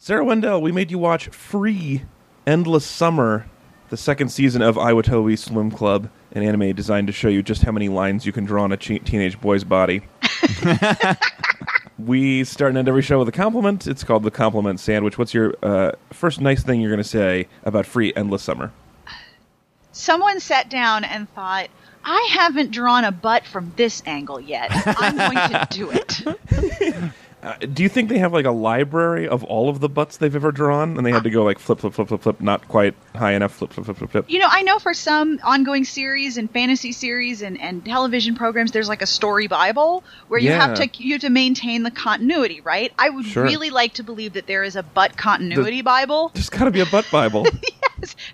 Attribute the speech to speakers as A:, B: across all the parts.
A: Sarah Wendell, we made you watch Free Endless Summer, the second season of Iwatobi Swim Club, an anime designed to show you just how many lines you can draw on a che- teenage boy's body. we start and end every show with a compliment. It's called the compliment sandwich. What's your uh, first nice thing you're going to say about Free Endless Summer?
B: Someone sat down and thought, I haven't drawn a butt from this angle yet. I'm going to do it.
A: Uh, do you think they have like a library of all of the butts they've ever drawn, and they had to go like flip, flip, flip, flip, flip, not quite high enough, flip, flip, flip, flip, flip?
B: You know, I know for some ongoing series and fantasy series and, and television programs, there's like a story Bible where you
A: Yeah.
B: have to you have to maintain the continuity, right? I would
A: Sure.
B: really like to believe that there is a butt continuity Bible.
A: There's got to be a butt Bible.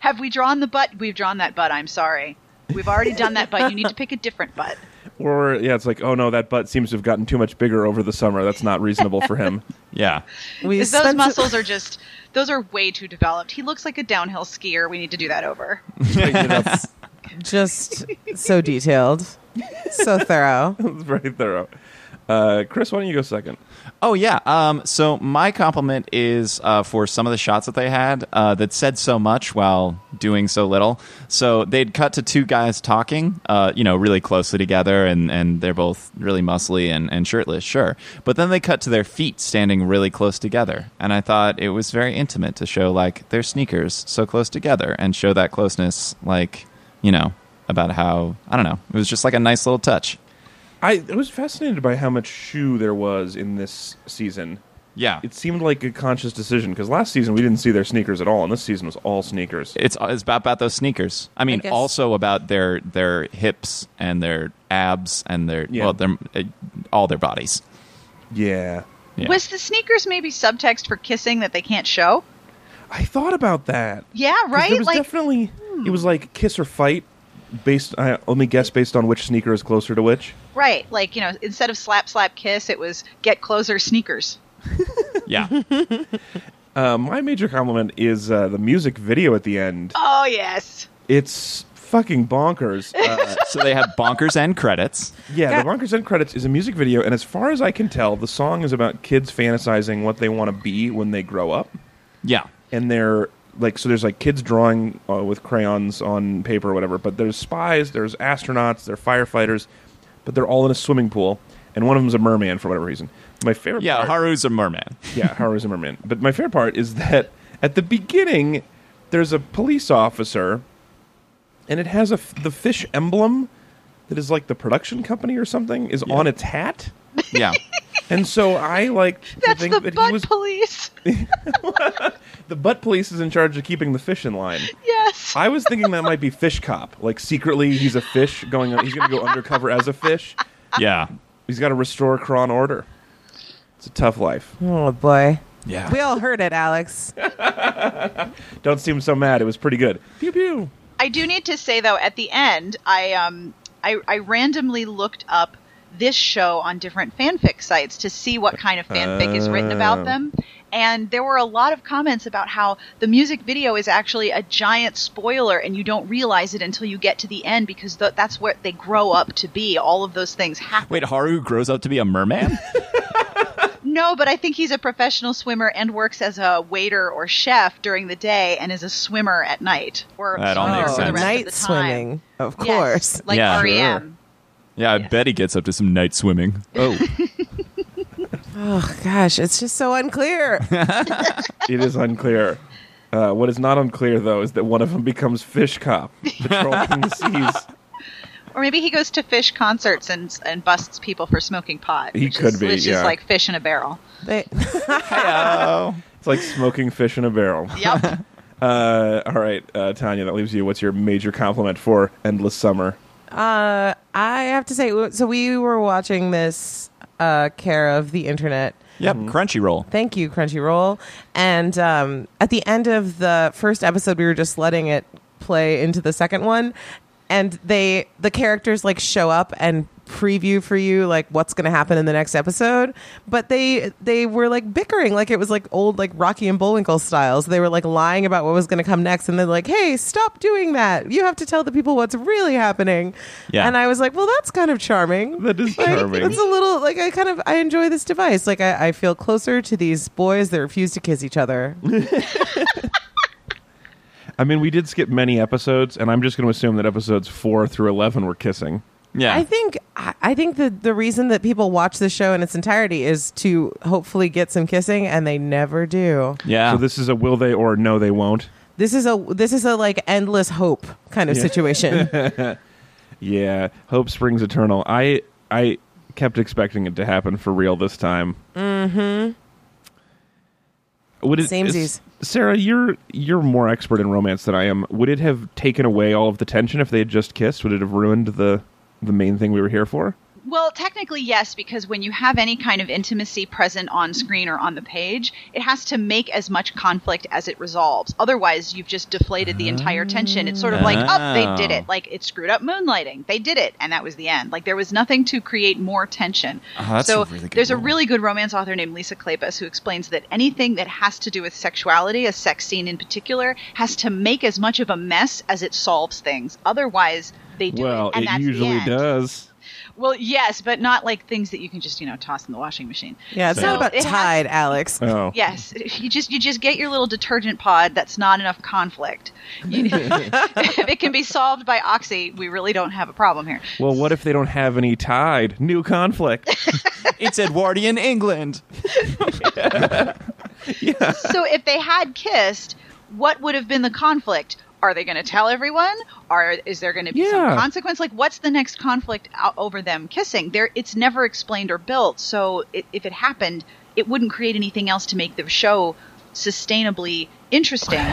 B: Have we drawn the butt? We've drawn that butt. I'm sorry. We've already done that butt. You need to pick a different butt.
A: Or yeah, it's like, oh no, that butt seems to have gotten too much bigger over the summer. That's not reasonable for him.
C: Yeah.
D: We
B: those
D: spent-
B: muscles are just those are way too developed. He looks like a downhill skier. We need to do that over.
D: That's just so detailed, so thorough.
A: It's very thorough. Uh, Chris, why don't you go second?
C: Oh yeah. Um, so my compliment is uh, for some of the shots that they had uh, that said so much while doing so little. So they'd cut to two guys talking, uh, you know, really closely together, and, and they're both really muscly and, and shirtless, sure. But then they cut to their feet standing really close together, and I thought it was very intimate to show like their sneakers so close together and show that closeness, like you know, about how I don't know. It was just like a nice little touch.
A: I, I was fascinated by how much shoe there was in this season.
C: Yeah,
A: It seemed like a conscious decision because last season we didn't see their sneakers at all, and this season was all sneakers.
C: it's it's about, about those sneakers. I mean,
D: guess.
C: also about their their hips and their abs and their
A: Yeah.
C: well, their uh, all their bodies.
A: Yeah,
C: Yeah.
B: Was the sneakers maybe subtext for kissing that they can't show?
A: I thought about that.
B: Yeah,
A: 'Cause
B: right.
A: There was
B: like hmm.
A: definitely it was like kiss or fight. Based, I, let me guess, based on which sneaker is closer to which.
B: right, like you know, instead of slap slap kiss, it was get closer sneakers.
C: yeah,
A: Uh, my major compliment is uh, the music video at the end.
B: Oh yes.
A: It's fucking bonkers. Uh,
C: so they have bonkers and credits.
A: yeah,
D: Yeah.
A: the bonkers end credits is a music video, and as far as I can tell, the song is about kids fantasizing what they want to be when they grow up,
C: Yeah,
A: and they're like, so there's like kids drawing uh, with crayons on paper or whatever, but there's spies, there's astronauts, they're firefighters, but they're all in a swimming pool, and one of them's a merman for whatever reason. My favorite,
C: yeah.
A: part-
C: Haru's a merman.
A: yeah, Haru Zimmerman. But my favorite part is that at the beginning, there's a police officer, and it has a f- the fish emblem that is like the production company or something is on its hat.
C: Yeah,
A: And so I like to
B: That's
A: think
B: the
A: that
B: butt
A: he was
B: police.
A: the butt police is in charge of keeping the fish in line.
B: yes.
A: I was thinking that might be fish cop. Like secretly, he's a fish going. He's going to go undercover as a fish.
C: yeah,
A: He's got to restore Kron order. It's a tough life.
D: Oh boy,
C: yeah.
D: we all heard it, Alex.
A: Don't seem so mad. It was pretty good. Pew pew.
B: I do need to say though, at the end, I um, I, I randomly looked up this show on different fanfic sites to see what kind of fanfic is written
A: Oh.
B: about them, and there were a lot of comments about how the music video is actually a giant spoiler, and you don't realize it until you get to the end because th- that's where they grow up to be. All of those things happen.
C: Wait, Haru grows up to be a merman.
B: No, but I think he's a professional swimmer and works as a waiter or chef during the day, and is a swimmer at night or
C: That all
B: swimmer for the rest of
C: makes sense.
D: Oh, night
B: the time.
D: swimming, of
B: Yes,
D: course.
B: like E
C: Yeah.
B: REM.
A: Sure.
C: Yeah, I bet he gets up to some night swimming. Oh,
D: Oh gosh, it's just so unclear.
A: It is unclear. Uh, what is not unclear, though, is that one of them becomes fish cop, patrolling the seas.
B: Or maybe he goes to fish concerts and and busts people for smoking pot.
A: He
B: which
A: could
B: is,
A: be,
B: which is
A: yeah.
B: like fish in a barrel.
D: They-
C: Oh.
A: It's like smoking fish in a barrel.
B: Yep.
A: Uh, all right, uh, Tanya, that leaves you. What's your major compliment for Endless Summer?
D: Uh, I have to say, so we were watching this uh, care of the internet.
C: yep.
A: Mm-hmm.
C: Crunchyroll.
D: Thank you, Crunchyroll. And um, at the end of the first episode, we were just letting it play into the second one, and they the characters like show up and preview for you like what's going to happen in the next episode but they they were like bickering like it was like old like rocky and bullwinkle styles they were like lying about what was going to come next and they're like hey stop doing that you have to tell the people what's really happening
C: Yeah.
D: and i was like well that's kind of charming
A: That is
D: Like,
A: charming.
D: it's a little like i kind of i enjoy this device like i, I feel closer to these boys that refuse to kiss each other
A: I mean, we did skip many episodes, and I'm just going to assume that episodes four through eleven were kissing.
C: Yeah.
D: I think I I think that the reason that people watch the show in its entirety is to hopefully get some kissing, and they never do.
C: yeah.
A: So this is a will they or no they won't.
D: This is a this is a like endless hope kind of
A: Yeah.
D: situation.
A: Yeah, hope springs eternal. I I kept expecting it to happen for real this time. Mm-hmm. Would it,
D: Samesies.
A: is- Sarah, you're you're more expert in romance than I am. Would it have taken away all of the tension if they had just kissed? Would it have ruined the the main thing we were here for?
B: Well, technically, yes, because when you have any kind of intimacy present on screen or on the page, it has to make as much conflict as it resolves. Otherwise, you've just deflated the entire tension. It's sort of like, oh, they did
C: Ah.
B: it. Like, it screwed up moonlighting. They did it. And that was the end. Like, there was nothing to create more tension.
C: Oh, that's
B: so,
C: a really good
B: there's a
C: rule.
B: really good romance author named Lisa Kleypas who explains that anything that has to do with sexuality, a sex scene in particular, has to make as much of a mess as it solves things. Otherwise, they do
A: well,
B: it. And that's the
A: usually
B: end.
A: does.
B: Well, yes, but not like things that you can just you know toss in the washing machine.
D: yeah, it's
B: So
D: not about
B: it has-
D: Tide, Alex.
A: Oh,
B: Yes, you just you just get your little detergent pod. That's not enough conflict. You- if it can be solved by oxy, we really don't have a problem here.
A: Well, what if they don't have any tide? New conflict.
C: it's Edwardian England.
B: so if they had kissed, what would have been the conflict? Are they going to tell everyone? Are is there going to be
A: Yeah.
B: some consequence? Like, what's the next conflict o- over them kissing? There, it's never explained or built. So i if it happened, it wouldn't create anything else to make the show sustainably interesting.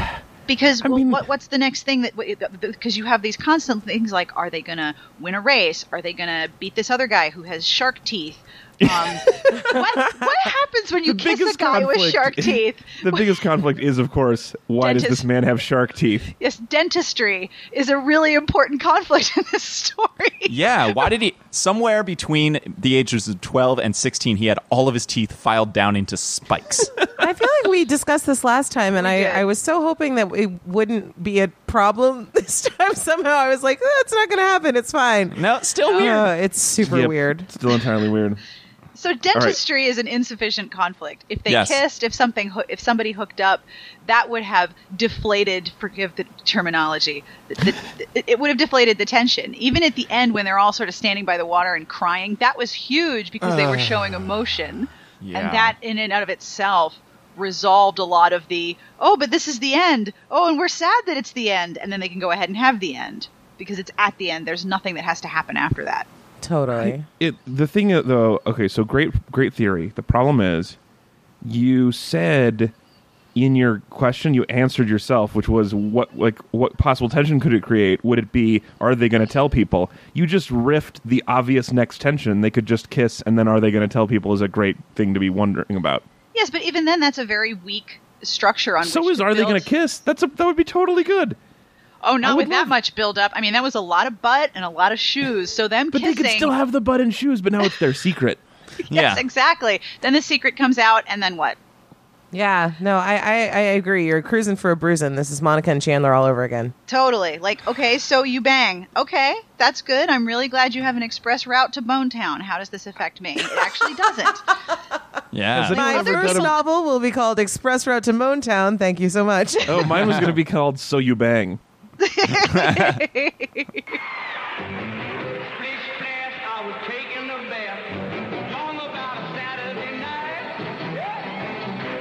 B: Because well,
A: mean-
B: what, what's the next thing that because you have these constant things like are they gonna win a race? Are they gonna beat this other guy who has shark teeth? Um, what, what happens when you
A: The
B: kiss a
A: biggest
B: guy with
A: conflict-
B: shark teeth?
A: the biggest conflict is, of course, why does
B: Dentist.
A: this man have shark teeth?
B: yes, dentistry is a really important conflict in this story.
C: Yeah. Why did he? Somewhere between the ages of 12 and 16, he had all of his teeth filed down into spikes.
D: I feel like we discussed this last time, and
B: We
D: I,
B: did.
D: I was so hoping that it wouldn't be a problem this time. Somehow, I was like, "Oh, that's not going to happen. It's fine.
C: no, still weird.
D: Uh, it's super
A: Yep.
D: weird.
A: Still entirely weird.
B: So dentistry is an insufficient conflict. If they
C: Yes.
B: kissed, if something, hoo- if somebody hooked up, that would have deflated. Forgive the terminology. The, the, it would have deflated the tension. Even at the end, when they're all sort of standing by the water and crying, that was huge because they were showing emotion,
C: Ah. Yeah.
B: and that in and out of itself resolved a lot of the oh but this is the end oh and we're sad that it's the end and then they can go ahead and have the end because it's at the end there's nothing that has to happen after that
D: Totally.
A: it the thing uh, though okay so great great theory the problem is you said in your question you answered yourself which was what like what possible tension could it create would it be are they going to tell people you just riffed the obvious next tension they could just kiss and then are they going to tell people is a great thing to be wondering about
B: yes but even then that's a very weak structure on
A: so
B: which
A: is
B: to
A: are they
B: build.
A: going to kiss that's a, that would be totally good
B: oh
A: I
B: not
A: would
B: with that
A: love-
B: much build up i mean that was a lot of butt and a lot of shoes so them
A: but they
B: kissing
A: could still have the butt and shoes but now it's their secret
C: yeah.
B: yes exactly then the secret comes out and then what
D: Yeah. No, I, I, I agree. You're cruising for a bruising. This is Monica and Chandler all over again.
B: Totally. Like, okay, so you bang. Okay, that's good. I'm really glad you have an express route to Bone Town. How does this affect me? It actually doesn't.
C: Yeah.
A: Has anyone
D: My
A: ever
D: first
A: done a-
D: novel will be called Express Route to Moontown. Thank you so much.
A: oh mine was going to be called so you bang
E: Splish splash, I was taking a bath. Long about a Saturday night.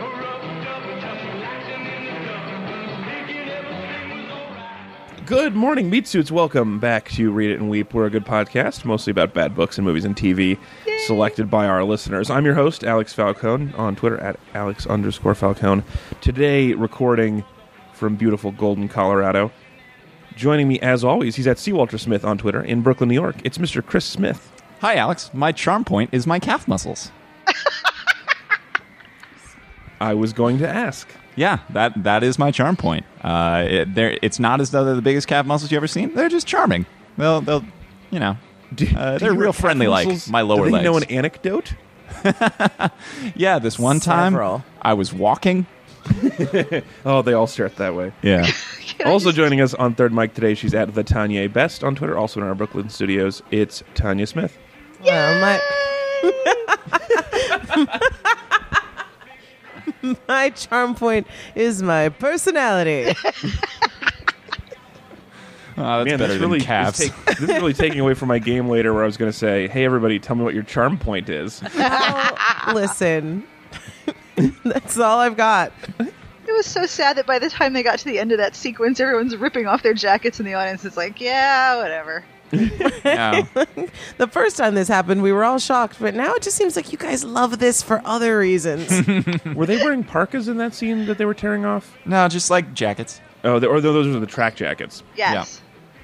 E: Rubbed up, just relaxing in the tub. Thinking everything was alright.
A: Good morning, meat suits. Welcome back to Read It and Weep. We're a good podcast, mostly about bad books and movies and TV, selected by our listeners. I'm your host, Alex Falcone, on Twitter at Alex underscore Falcone. Today, recording from beautiful Golden, Colorado. Joining me, as always, he's at C. Walter Smith on Twitter in Brooklyn, New York. It's Mr. Chris Smith.
C: Hi, Alex. My charm point is my calf muscles.
A: I was going to ask.
C: Yeah, that that is my charm point. Uh, it, they're- it's not as though they're the biggest calf muscles you've ever seen. They're just charming. They'll, they'll, you know,
A: Do-
C: Uh,
A: do
C: they're
A: your
C: real friendly, like
A: muscles-
C: my lower
A: do they know an
C: legs.
A: anecdote?
C: Yeah, this one time
D: Several.
C: I was walking.
A: Oh, they all start that way.
C: Yeah.
A: also joining us on Third Mic today, she's at the Tanya Best on Twitter, also in our Brooklyn studios. It's Tanya Smith.
D: Well, my my charm point is my personality.
C: Oh, that's
A: Man,
C: better
A: this
C: than
A: really
C: calves.
A: Is take- this is really taking away from my game later, where I was going to say, "Hey, everybody, tell me what your charm point is."
D: Well, listen, that's all I've got.
B: It was so sad that by the time they got to the end of that sequence, everyone's ripping off their jackets, and the audience is like, "Yeah, whatever."
C: Yeah.
D: The first time this happened, we were all shocked, but now it just seems like you guys love this for other reasons.
A: were they wearing parkas in that scene that they were tearing off?
C: No, just like jackets.
A: Oh, the, or those are the track jackets.
B: Yes.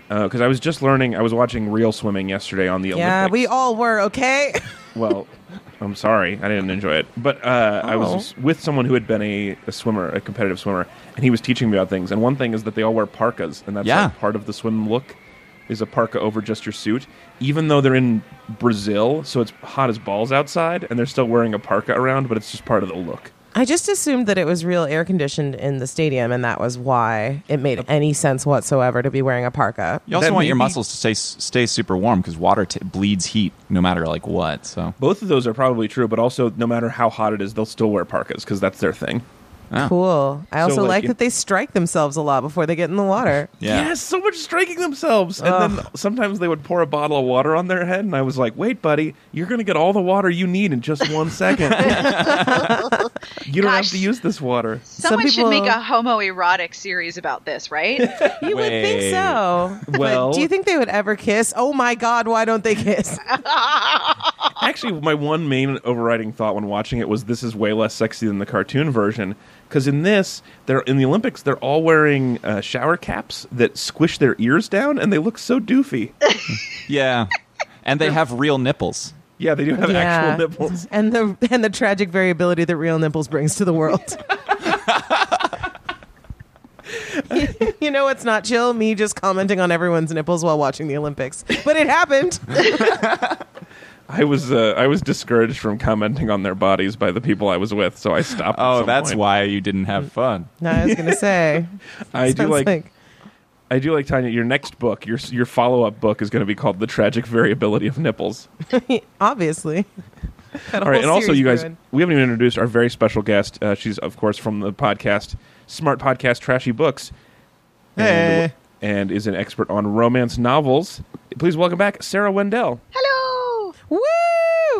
A: Because I was just learning. I was watching real swimming yesterday on the
D: yeah,
A: Olympics.
D: we all were okay.
A: well, I'm sorry, I didn't enjoy it. But uh, I
D: Oh.
A: was with someone who had been a, a swimmer, a competitive swimmer, and he was teaching me about things. And one thing is that they all wear parkas, and that's
C: Yeah.
A: like part of the swim look is a parka over just your suit, even though they're in Brazil, so it's hot as balls outside, and they're still wearing a parka around, but it's just part of the look.
D: I just assumed that it was real air conditioned in the stadium, and that was why it made any sense whatsoever to be wearing a parka.
C: You also
A: That
C: want your
A: may be-
C: muscles to stay stay super warm because water t- bleeds heat no matter like what. So
A: Both of those are probably true, but also no matter how hot it is, they'll still wear parkas because that's their thing.
D: Cool. I also
A: like
D: like
A: it-
D: that they strike themselves a lot before they get in the water.
C: yeah,
A: Yes, so much striking themselves. And then sometimes they would pour a bottle of water on their head, and I was like, wait, buddy, you're going to get all the water you need in just one second. you don't have
B: Gosh.
A: to use this water.
B: Someone should
D: people-
B: make a homoerotic series about this, right?
D: You would think
C: Wait.
D: so.
A: Well-
D: but do you think they would ever kiss? Oh my God, why don't they kiss?
A: Actually, my one main overriding thought when watching it was this is way less sexy than the cartoon version. Because in this, they're in the Olympics, they're all wearing uh, shower caps that squish their ears down, and they look so doofy.
C: yeah, and they have real nipples.
A: Yeah, they do have actual nipples.
D: And the and the tragic variability that real nipples brings to the world. you know what's not chill? Me just commenting on everyone's nipples while watching the Olympics. But it happened.
A: I was uh, I was discouraged from commenting on their bodies by the people I was with, so I stopped. at
C: Oh,
A: some
C: that's
A: point.
C: why you didn't have fun.
D: No, I was gonna say.
A: I do
D: Sounds
A: like, I do like Tanya. Your next book, your your follow up book, is going to be called "The Tragic Variability of Nipples."
D: obviously.
A: All right, and also you guys, we haven't even introduced our very special guest. Uh, she's of course from the podcast Smart Podcast Trashy Books, and,
C: Hey.
A: and is an expert on romance novels. Please welcome back Sarah Wendell.
B: Hello.
D: Woo!
B: Yay!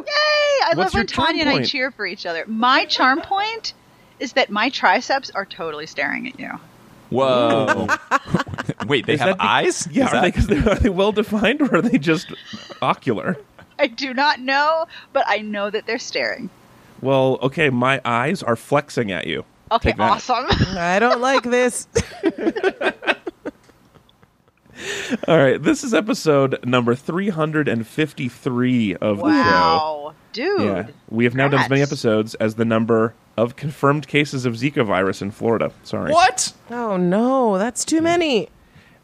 B: I
A: What's
B: love
A: your
B: when
A: charm
B: Tanya and I
A: point?
B: cheer for each other. My charm point is that my triceps are totally staring at you.
C: Whoa! Wait, they
A: Is that
C: have
A: the-
C: eyes?
A: Yeah,
C: Is
A: are they,
C: that-
A: 'cause they are they well defined or are they just ocular?
B: I do not know, but I know that they're staring.
A: Well, okay, my eyes are flexing at you.
B: Okay,
C: Take that.
B: awesome.
D: I don't like this.
A: All right, this is episode number 353 of the show.
B: wow. Dude.
A: Yeah, we have now done as many
B: Congrats.
A: episodes as the number of confirmed cases of Zika virus in Florida. Sorry.
C: What?
D: Oh no, that's too many.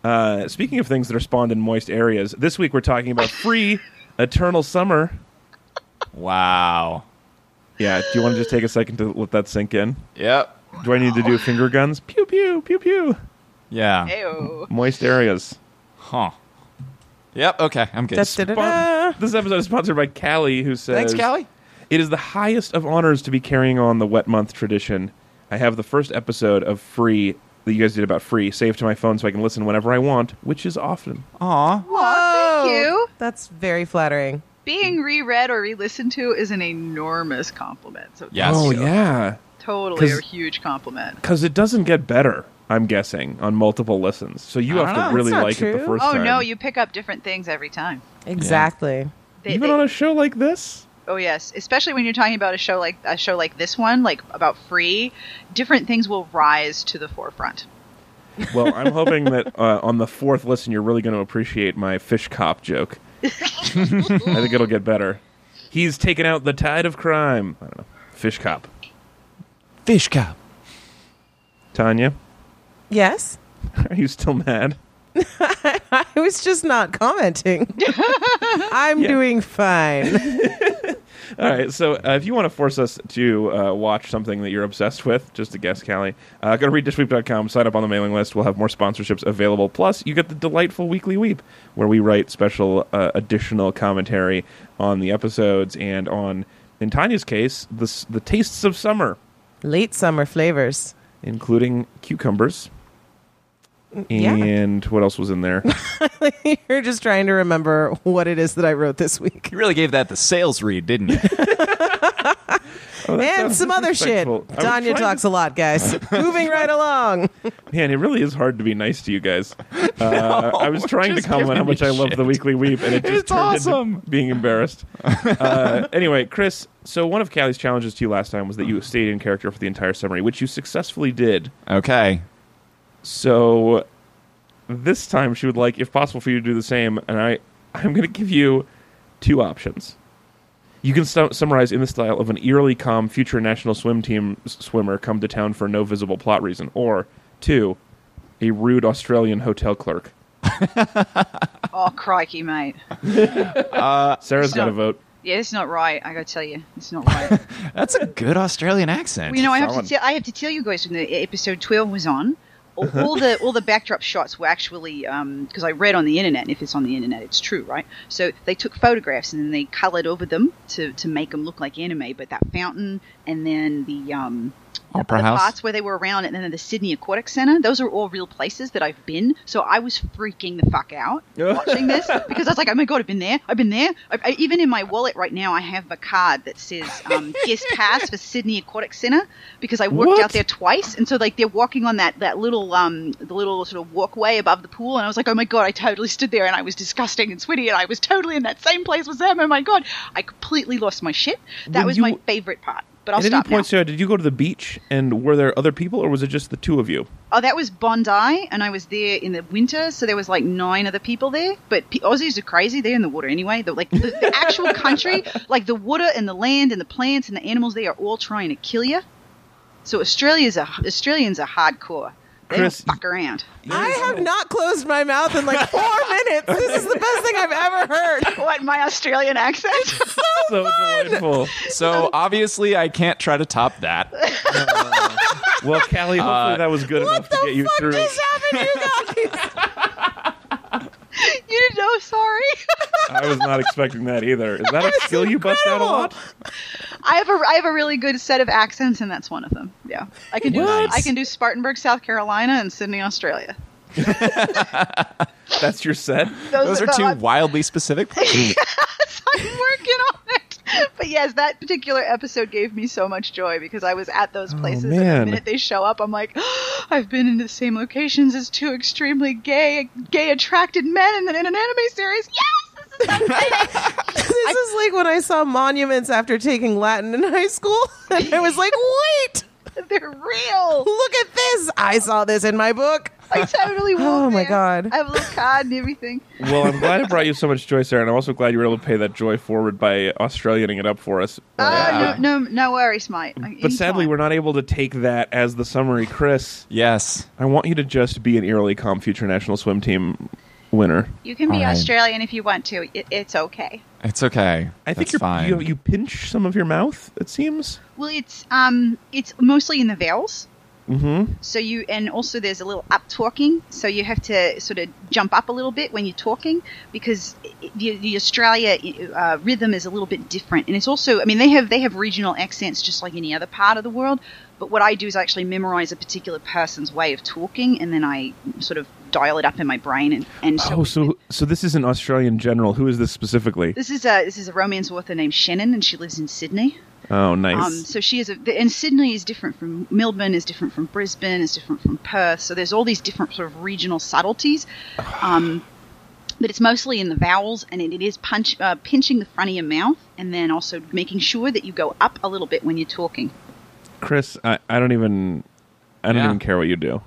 A: Uh, speaking of things that are spawned in moist areas, this week we're talking about free eternal summer.
C: Wow.
A: Yeah, do you want to just take a second to let that sink in?
C: Yep.
A: Do I need to do finger guns? Pew pew pew pew.
C: Yeah.
B: Ew.
A: Moist areas.
C: Huh. Yep. Okay, I'm good.
D: Da-da-da-da.
A: This episode is sponsored by Callie, who says,
C: Thanks, Callie.
A: It is the highest of honors to be carrying on the wet month tradition. I have the first episode of Free that you guys did about Free saved to my phone so I can listen whenever I want, which is often.
B: Aw,
C: Aw.
B: thank
D: Whoa.
B: you.
D: That's very flattering.
B: Being reread or re-listened to is an enormous compliment. So
C: Yes.
A: oh,
C: Oh,
A: yeah.
B: totally a
A: 'Cause-
B: huge compliment.
A: Because it doesn't get better, I'm guessing, on multiple listens. So you
C: I
A: have
C: don't
A: to
C: know,
A: really
D: that's not
A: like it the
D: true.
A: first
B: Oh
A: time.
B: no, you pick up different things every time.
D: Exactly.
B: They-
A: Even
B: they-
A: on a show like this?
B: Oh yes, especially when you're talking about a show like a show like this one, like about free, different things will rise to the forefront.
A: Well, I'm hoping that uh, on the fourth listen, you're really going to appreciate my fish cop joke. I think it'll get better. He's taken out the tide of crime. I don't know. Fish cop.
C: Fish cup.
A: Tanya,
D: Yes.
A: are you still mad?
D: I was just not commenting. I'm doing fine.
A: All right, so uh, if you want to force us to uh, watch something that you're obsessed with, just to guess, Callie, uh, go to readdishweep.com, sign up on the mailing list. We'll have more sponsorships available. Plus, you get the delightful Weekly Weep, where we write special uh, additional commentary on the episodes and on, in Tanya's case, the, s- the tastes of summer,
D: Late summer flavors.
A: including cucumbers.
D: yeah.
A: And what else was in there?
D: You're just trying to remember what it is that I wrote this week.
C: You really gave that the sales read, didn't you?
A: Oh, that
D: and
A: sounds
D: some other shit.
A: disrespectful. I was trying
D: Danya
A: to-
D: talks a lot, guys. Moving right along.
A: Man, it really is hard to be nice to you guys. Uh, I was trying to
C: just
A: comment
C: giving
A: how much
C: me
A: I love
C: shit.
A: the Weekly Weep, and it just
C: It's
A: turned
C: awesome.
A: into being embarrassed. Uh, anyway, Chris, so one of Callie's challenges to you last time was that you stayed in character for the entire summary, which you successfully did.
C: okay.
A: So this time she would like, if possible, for you to do the same, and I, I'm going to give you two options. You can su- summarize in the style of an eerily calm future national swim team s- swimmer come to town for no visible plot reason, or two, a rude Australian hotel clerk.
B: Oh crikey, mate!
A: Sarah's got a
B: So-
A: vote.
B: Yeah, it's not right. I gotta tell you, it's not right.
C: That's a good Australian accent.
B: Well, you know, I have
A: Solid.
B: to tell I have to tell you guys when the e-, episode twelve was on, all,
C: Uh-huh.
B: all the all the backdrop shots were actually because I read on the internet, and if it's on the internet, it's true, right? So they took photographs and then they colored over them to to make them look like anime. But that fountain and then the um.
C: Opera
B: the
C: House?
B: parts where they were around, and then the Sydney Aquatic Centre. Those are all real places that I've been. So I was freaking the fuck out watching this because I was like, "Oh my god, I've been there! I've been there!" I, I, even in my wallet right now, I have a card that says um, "Guest Pass for Sydney Aquatic Centre" because I worked
A: What?
B: out there twice, and so like they're walking on that that little um the little sort of walkway above the pool, and I was like, "Oh my god, I totally stood there, and I was disgusting and sweaty, and I was totally in that same place with them." Oh my god, I completely lost my shit. That
A: Would
B: was
A: you-
B: my favorite part. But I'll
A: At any
B: stop now.
A: point, Sarah, did you go to the beach, and were there other people, or was it just the two of you?
B: Oh, that was Bondi, and I was there in the winter, so there was like nine other people there. But pe- Aussies are crazy; they're in the water anyway. They're like the, the actual country, like the water and the land and the plants and the animals, they are all trying to kill you. So Australia's a, Australians are hardcore. They
A: Chris-
B: don't fuck around.
D: I have not closed my mouth in like four minutes. This is the best thing I've ever heard.
B: What my Australian accent?
A: so delightful.
C: So obviously, I can't try to top that.
A: Well, Callie, hopefully that was good enough
D: What
A: to get
D: the
A: you
D: fuck
A: through.
D: just happened, you guys?
B: you didn't know? Sorry.
A: I was not expecting that either. Is that a skill you bust out a lot?
B: I have a I have a really good set of accents, and that's one of them. Yeah, I can do
C: What?
B: I can do Spartanburg, South Carolina, and Sydney, Australia.
A: That's your set.
C: Those are
B: the-
C: two wildly specific.
B: I'm working on it. But yes, that particular episode gave me so much joy because I was at those places. And
A: Oh, man.
B: the minute they show up, I'm like, I've been in the same locations as two extremely gay, gay attracted men in, an- in an anime series. Yes, this is
D: This is like when I saw monuments after taking Latin in high school, and I was like, wait,
B: they're real.
D: look at this. I saw this in my book.
B: I totally.
D: Oh,
B: walked
D: my
B: there.
D: God.
B: I have a little card and everything.
A: Well, I'm glad it brought you so much joy, Sarah, and I'm also glad you were able to pay that joy forward by Australianing it up for us.
B: Uh, no, no, no worries, mate.
A: but sadly,
B: Anytime.
A: we're not able to take that as the summary, Chris.
C: yes.
A: I want you to just be an eerily calm future national swim team winner.
B: You can be
C: All right.
B: Australian if you want to. It, it's okay.
C: It's okay.
A: I think
C: That's
A: you're,
C: fine.
A: you you pinch some of your mouth. It seems.
B: Well, it's um, it's mostly in the vowels.
A: Mm-hmm.
B: So you and also there's a little up talking, so you have to sort of jump up a little bit when you're talking because the, the Australia uh, rhythm is a little bit different, and it's also I mean they have they have regional accents just like any other part of the world. But what I do is I actually memorize a particular person's way of talking, and then I sort of dial it up in my brain, and, and so,
A: Oh, so so this is an Australian general. Who is this specifically?
B: this is a this is a romance author named Shannon, and she lives in Sydney.
A: Oh, nice.
B: Um, so she is, a, and Sydney is different from Melbourne, is different from Brisbane, is different from Perth. So there's all these different sort of regional subtleties. Um, but it's mostly in the vowels, and it, it is punch, uh, pinching the front of your mouth, and then also making sure that you go up a little bit when you're talking.
A: Chris, I, I don't even I don't
C: Yeah.
A: even care what you do.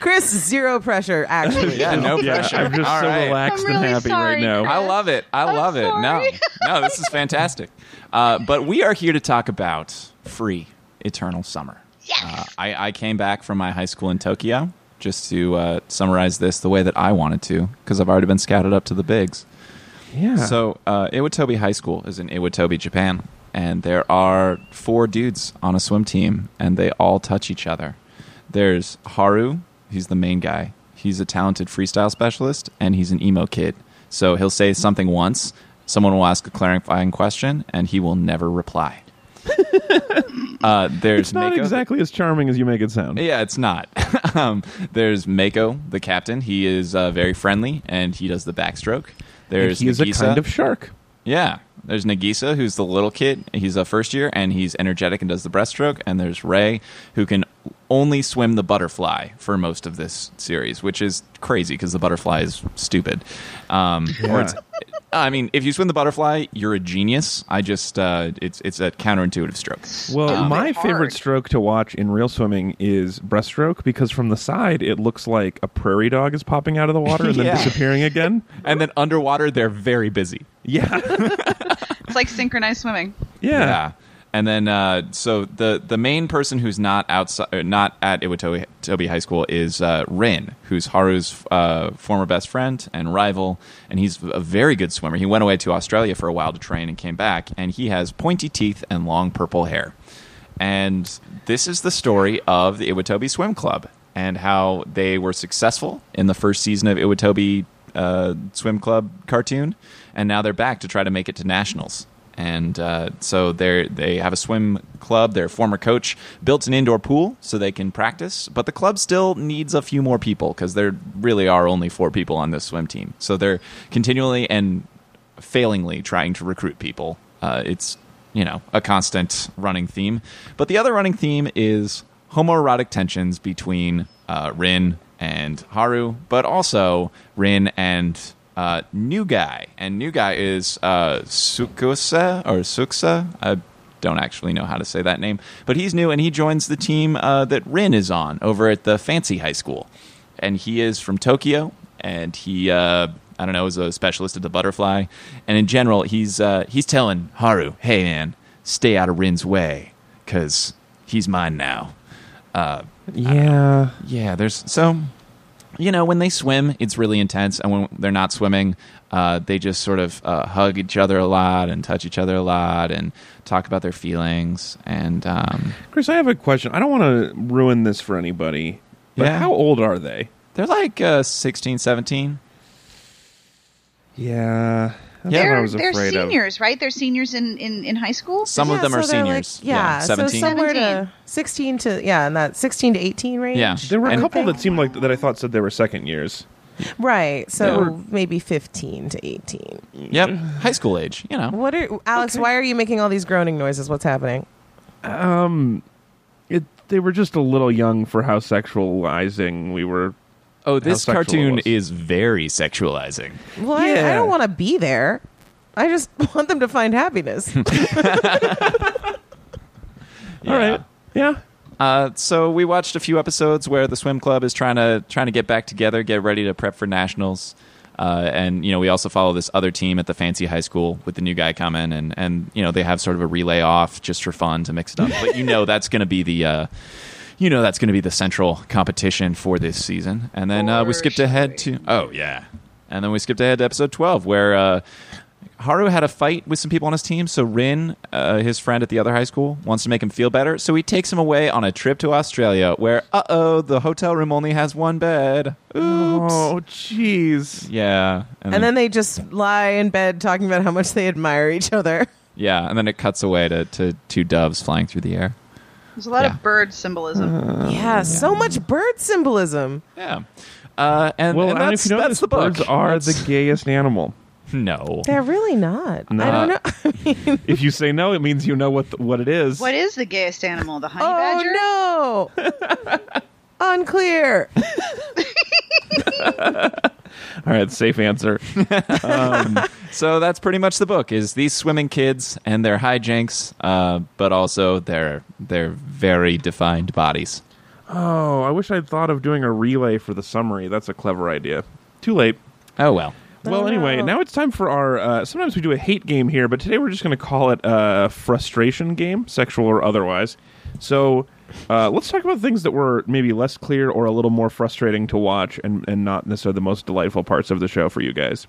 D: Chris, zero pressure, actually.
C: yeah, no
A: Yeah,
C: pressure.
A: I'm just
C: All
A: so
C: right.
A: relaxed
B: I'm
A: and
B: really
A: happy right
B: sorry,
A: now.
B: Chris.
C: I love it. I
B: I'm
C: love it.
B: sorry.
C: No, no, this is fantastic. Uh, but we are here to talk about free eternal summer.
B: Yes!
C: Uh, I, I came back from my high school in Tokyo just to uh, summarize this the way that I wanted to, because I've already been scouted up to the bigs.
A: Yeah.
C: So uh, Iwatobi High School is in Iwatobi, Japan, and there are four dudes on a swim team, and they all touch each other. There's Haru, he's the main guy. He's a talented freestyle specialist, and he's an emo kid. So he'll say something once, someone will ask a clarifying question, and he will never reply. uh, there's
A: it's not
C: Mako-
A: exactly as charming as you make it sound.
C: yeah, it's not. um, there's Mako, the captain. He is uh, very friendly and he does the backstroke. There's
A: he is a
C: Nagisa.
A: kind of shark.
C: yeah. There's Nagisa, who's the little kid. He's a first year and he's energetic and does the breaststroke. And there's Ray, who can only swim the butterfly for most of this series, which is crazy because the butterfly is stupid. Um, or it's, I mean, if you swim the butterfly, you're a genius. I just uh, it's it's a counterintuitive stroke.
A: Well,
B: Um,
A: my
B: It's hard.
A: favorite stroke to watch in real swimming is breaststroke because from the side it looks like a prairie dog is popping out of the water and
C: Yeah.
A: then disappearing again.
C: And then underwater, they're very busy.
A: Yeah.
B: It's like synchronized swimming.
A: yeah.
C: And then, uh, so the the main person who's not outside, or not at Iwatobi Toby High School is uh, Rin, who's Haru's uh, former best friend and rival, and he's a very good swimmer. He went away to Australia for a while to train and came back, and he has pointy teeth and long purple hair. And this is the story of the Iwatobi Swim Club and how they were successful in the first season of Iwatobi uh, Swim Club cartoon, and now they're back to try to make it to nationals. And uh, so they they have a swim club. Their former coach built an indoor pool so they can practice, but the club still needs a few more people because there really are only four people on this swim team. So they're continually and failingly trying to recruit people. Uh, it's you know a constant running theme, but the other running theme is homoerotic tensions between uh, Rin and Haru, but also Rin and uh, new guy. And new guy is uh, Sukusa or Suksa. I don't actually know how to say that name, but he's new and he joins the team uh, that Rin is on over at the fancy high school and he is from Tokyo, and he uh, I don't know is a specialist at the butterfly, and in general he's uh, he's telling Haru, hey man, stay out of Rin's way, cause he's mine now.
A: Yeah.
C: Yeah, there's so you know when they swim, it's really intense, and when they're not swimming, uh, they just sort of uh, hug each other a lot and touch each other a lot and talk about their feelings and um,
A: Chris, I have a question. I don't want to ruin this for anybody, but
C: Yeah.
A: how old are they?
C: they're like uh, 16, 17.
A: Yeah. That's what I
B: They're,
A: was
B: they're
A: afraid of.
B: seniors, right? They're seniors in, in, in high school.
C: Some of
D: Yeah,
C: them
D: so
C: are
D: they're
C: seniors.
D: Like, yeah, so
C: 17.
D: somewhere to
B: 17.
D: sixteen to yeah, in that sixteen to eighteen range.
C: Yeah.
A: There were a
C: And-
A: couple that seemed like that I thought said they were second years.
D: right. So
C: They were-
D: maybe fifteen to eighteen.
C: Yep, high school age. You know.
D: What are Alex? Why are you making all these groaning noises? What's happening?
A: It, they were just a little young for how sexualizing we were.
C: Oh, this
A: sexual it
C: cartoon
A: was.
C: is very sexualizing.
D: Well, I- I,
A: Yeah.
D: don't want to be there. I just want them to find happiness.
A: All right. Yeah.
C: Uh, so we watched a few episodes where the swim club is trying to trying to get back together, get ready to prep for nationals. Uh, and you know we also follow this other team at the fancy high school with the new guy coming, and and you know they have sort of a relay off just for fun to mix it up. But you know that's going to be the uh, you know that's going to be the central competition for this season. And then uh, we
B: Or
C: skipped
B: should
C: ahead to oh yeah, and then we skipped ahead to episode twelve where uh, Haru had a fight with some people on his team, so Rin, uh, his friend at the other high school, wants to make him feel better, so he takes him away on a trip to Australia, where uh oh, the hotel room only has one bed. Oops.
A: Oh, jeez.
C: Yeah,
D: and then they just lie in bed talking about how much they admire each other.
C: yeah, and then it cuts away to, to two doves flying through the air.
B: There's a lot
C: Yeah.
B: of bird symbolism.
A: Uh,
D: Oh, yeah, so much bird symbolism.
C: Yeah, uh, and,
A: Well,
C: and
A: I don't know
C: that's,
A: if you know
C: that's
A: this,
C: the book.
A: birds are the
C: That's-
A: gayest animal.
C: no.
D: They're really not. I
A: Nah.
D: don't know.
A: if you say no, it means you know what th- what it is.
B: What is the gayest animal? The honey badger?
D: Oh no. Unclear.
A: All right, safe answer.
C: So that's pretty much the book: is these swimming kids and their hijinks, uh, but also their their very defined bodies.
A: oh, I wish I'd thought of doing a relay for the summary. That's a clever idea. Too late.
C: Oh well.
A: Well,
D: Oh,
A: anyway,
D: no.
A: now it's time for our. Uh, sometimes we do a hate game here, but today we're just going to call it a frustration game, sexual or otherwise. So Uh, let's talk about things that were maybe less clear or a little more frustrating to watch, and and not necessarily the most delightful parts of the show for you guys.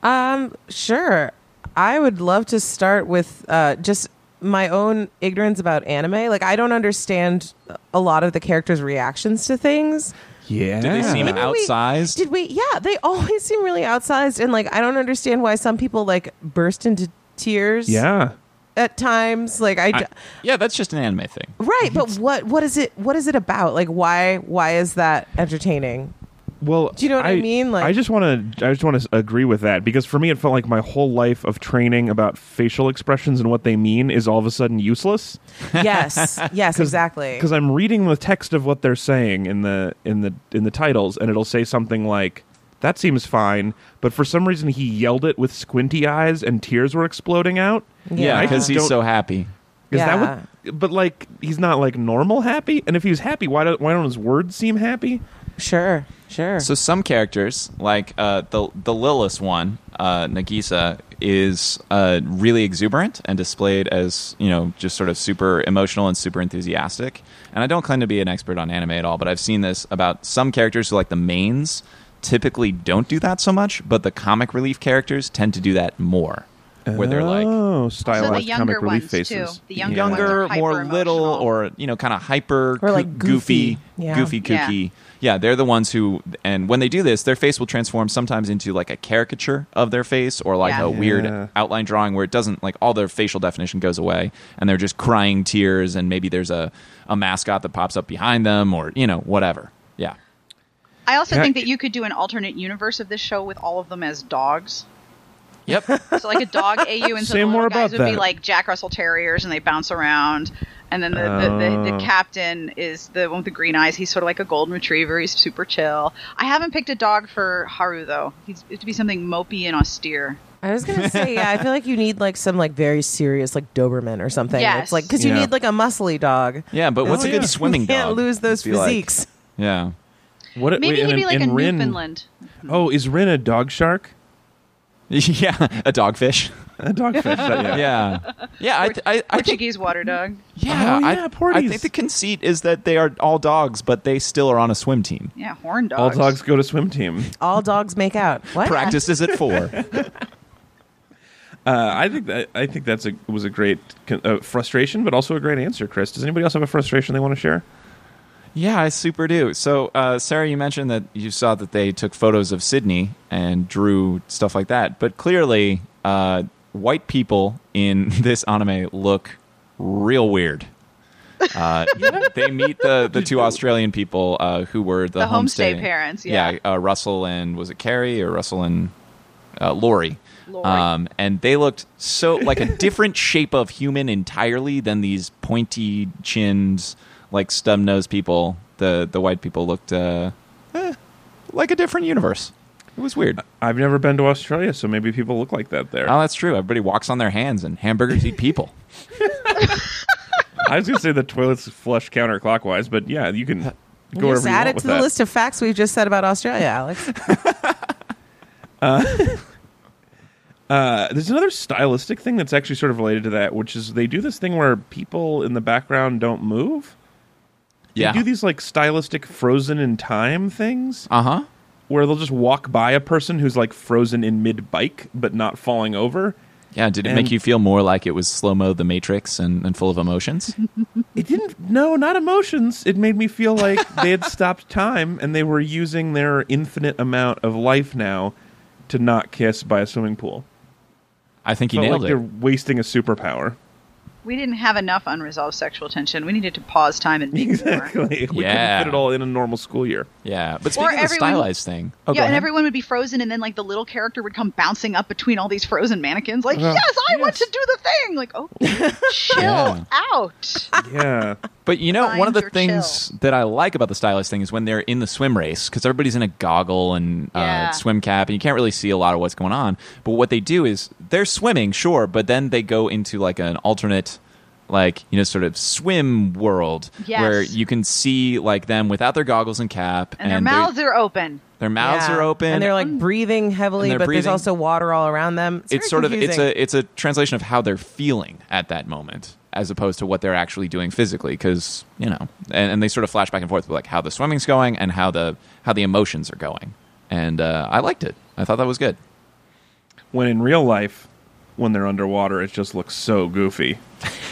D: Um, sure. I would love to start with uh, just my own ignorance about anime. Like, I don't understand a lot of the characters' reactions to things.
A: Yeah,
C: Did they seem
D: Didn't we-
C: outsized?
D: did we? Yeah, they always seem really outsized, and like I don't understand why some people like burst into tears.
A: Yeah,
D: at times. Like I, d-
C: yeah, that's just an anime thing.
D: right, but what what is it? What is it about? Like why why is that entertaining?
A: Well,
D: Do you know what I mean? Like-
A: I just want to, I just want to agree with that because for me, it felt like my whole life of training about facial expressions and what they mean is all of a sudden useless
D: Yes, yes, exactly.
A: because I'm reading the text of what they're saying in the in the in the titles, and it'll say something like. That seems fine, but for some reason he yelled it with squinty eyes and tears were exploding out.
D: Yeah.
C: Yeah,
A: I
C: because
A: just
C: he's
A: don't-
C: so happy.
A: Is
D: Yeah.
A: that what? But like, he's not like normal happy. And if he was happy, why don't why don't his words seem happy?
D: Sure, sure.
C: So some characters, like uh, the the Lilith one, uh, Nagisa, is uh, really exuberant and displayed as you know just sort of super emotional and super enthusiastic. And I don't claim to be an expert on anime at all, but I've seen this about some characters who like the mains typically don't do that so much, but the comic relief characters tend to do that more, where they're like
A: oh,
B: Also,
A: stylized
B: the younger
A: comic relief
B: ones
A: faces.
B: too. The younger
A: Yeah.
B: ones
C: younger,
B: are
C: more little,
B: hyper-emotional.
C: or you know, kind of hyper,
D: Or,
C: coo-
D: like, goofy. Yeah.
C: goofy,
B: Yeah.
C: kooky. Yeah. they're the ones who, and when they do this, their face will transform sometimes into like a caricature of their face, or like
B: Yeah.
C: a weird
A: Yeah.
C: outline drawing where it doesn't like all their facial definition goes away, and they're just crying tears, and maybe there's a a mascot that pops up behind them, or you know, whatever. Yeah,
B: I also
A: Yeah.
B: think that you could do an alternate universe of this show with all of them as dogs.
C: yep.
B: So like a dog AU and so
A: Say
B: the
A: more
B: little guys
A: about
B: would be
A: that.
B: like Jack Russell Terriers and they bounce around. And then the, the, the,
A: Oh.
B: the captain is the one with the green eyes. He's sort of like a golden retriever. He's super chill. I haven't picked a dog for Haru though. He's it'd be something mopey and austere.
D: I was gonna say, yeah, I feel like you need like some like very serious like Doberman or something.
B: Yes.
D: It's like because you
A: Yeah.
D: need like a muscly dog.
C: Yeah, but what's
A: Oh,
C: a good
A: yeah.
C: swimming
D: you can't
C: dog?
D: lose those
C: Be like-
D: physiques.
C: yeah.
A: What,
B: Maybe
A: wait,
B: he'd
A: and
B: be
A: in-
B: like
A: in
B: a
A: Rin-
B: Newfoundland.
A: Oh, is Rin a dog shark?
C: Yeah, a dogfish.
A: A dogfish. that- yeah.
C: Yeah, yeah. I, th- I, I think
B: Portuguese water dog.
C: Yeah,
A: Oh,
C: I-
A: yeah,
C: I,
A: porties.
C: think the conceit is that they are all dogs, but they still are on a swim team.
B: Yeah, horn dogs.
A: All dogs go to swim team.
D: All dogs make out. What?
C: Practice is at four.
A: Uh, I think that I think that's a was a great con- uh, frustration, but also a great answer. Chris, does anybody else have a frustration they want to share?
C: yeah, I super do. So, uh, Sarah, you mentioned that you saw that they took photos of Sydney and drew stuff like that, but clearly, uh, white people in this anime look real weird. Uh, they meet the, the two Australian people uh, who were the,
B: The homestay parents, yeah.
C: yeah, uh, Russell and was it Carrie or Russell and uh, Lori.
B: Lori.
C: Um, and they looked so like a different shape of human entirely than these pointy chinned, like stub nosed people. The the white people looked uh, eh, like a different universe. It was weird.
A: I've never been to Australia, so maybe people look like that there.
C: Oh, that's true. Everybody walks on their hands, and hamburgers eat people.
A: I was gonna say the toilets flush counterclockwise, but yeah, you can go
D: You
A: wherever
D: just
A: you
D: add
A: want
D: it
A: with
D: to the
A: that.
D: list of facts we've just said about Australia, Alex.
A: Uh, there's another stylistic thing that's actually sort of related to that, which is they do this thing where people in the background don't move.
C: Yeah.
A: They do these like stylistic frozen in time things
C: Uh huh.
A: where they'll just walk by a person who's like frozen in mid bike but not falling over.
C: Yeah. Did it
A: And-
C: make you feel more like it was slow mo, The Matrix, and, and full of emotions?
A: It didn't no, not emotions. It made me feel like they had stopped time and they were using their infinite amount of life now to not kiss by a swimming pool.
C: I think you
A: Felt
C: nailed
A: like
C: it.
A: they're wasting a superpower.
B: We didn't have enough unresolved sexual tension. We needed to pause time and make more.
A: Exactly. We
C: Yeah.
A: couldn't fit it all in a normal school year.
C: Yeah, but
B: Or
C: speaking of the
B: everyone-
C: stylized thing, oh, go
B: yeah, and
C: ahead.
B: everyone would be frozen, and then like the little character would come bouncing up between all these frozen mannequins, like,
C: Uh-huh.
B: "Yes, I want to do the thing!" Like, "Oh, chill
C: Yeah.
B: out."
A: Yeah.
C: But you know, one
B: Find
C: of the
B: your
C: things that I like about the stylized thing is when they're in the swim race because everybody's in a goggle and
B: Yeah.
C: uh, swim cap, and you can't really see a lot of what's going on. But what they do is they're swimming, sure, but then they go into like an alternate. Like you know, sort of swim world
B: Yes.
C: where you can see like them without their goggles and cap,
B: And, their
C: they-
B: mouths are open.
C: their mouths
D: Yeah.
C: are open,
D: and they're like breathing heavily,
C: And
D: but
C: they're
D: there's
C: breathing.
D: also water all around them. It's,
C: it's
D: very
C: sort of it's
D: confusing.
C: a it's a translation of how they're feeling at that moment. as opposed to what they're actually doing physically because you know and, and they sort of flash back and forth with like how the swimming's going and how the how the emotions are going and uh, i liked it i thought that was good
A: When in real life, when they're underwater, it just looks so goofy.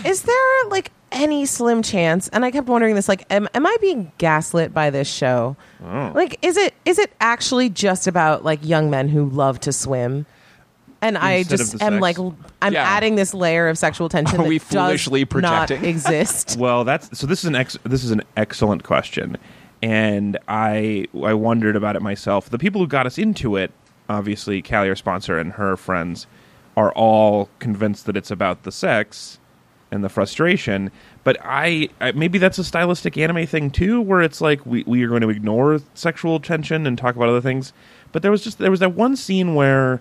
D: Is there like any slim chance? And I kept wondering this: like, am, am I being gaslit by this show? Like, is it is it actually just about like young men who love to swim? And I
A: Instead of
D: just
A: the
D: am
A: sex.
D: like, l- I'm
C: Yeah.
D: adding this layer of sexual tension
C: Are
D: that
C: we
D: does
C: foolishly
D: not
C: projecting?
D: exist.
A: Well, that's so. This is an ex, this is an excellent question, and I I wondered about it myself. The people who got us into it, obviously, Callie, our sponsor, and her friends, are all convinced that it's about the sex and the frustration. But I, I maybe that's a stylistic anime thing too, where it's like we we are going to ignore sexual tension and talk about other things. But there was just there was that one scene where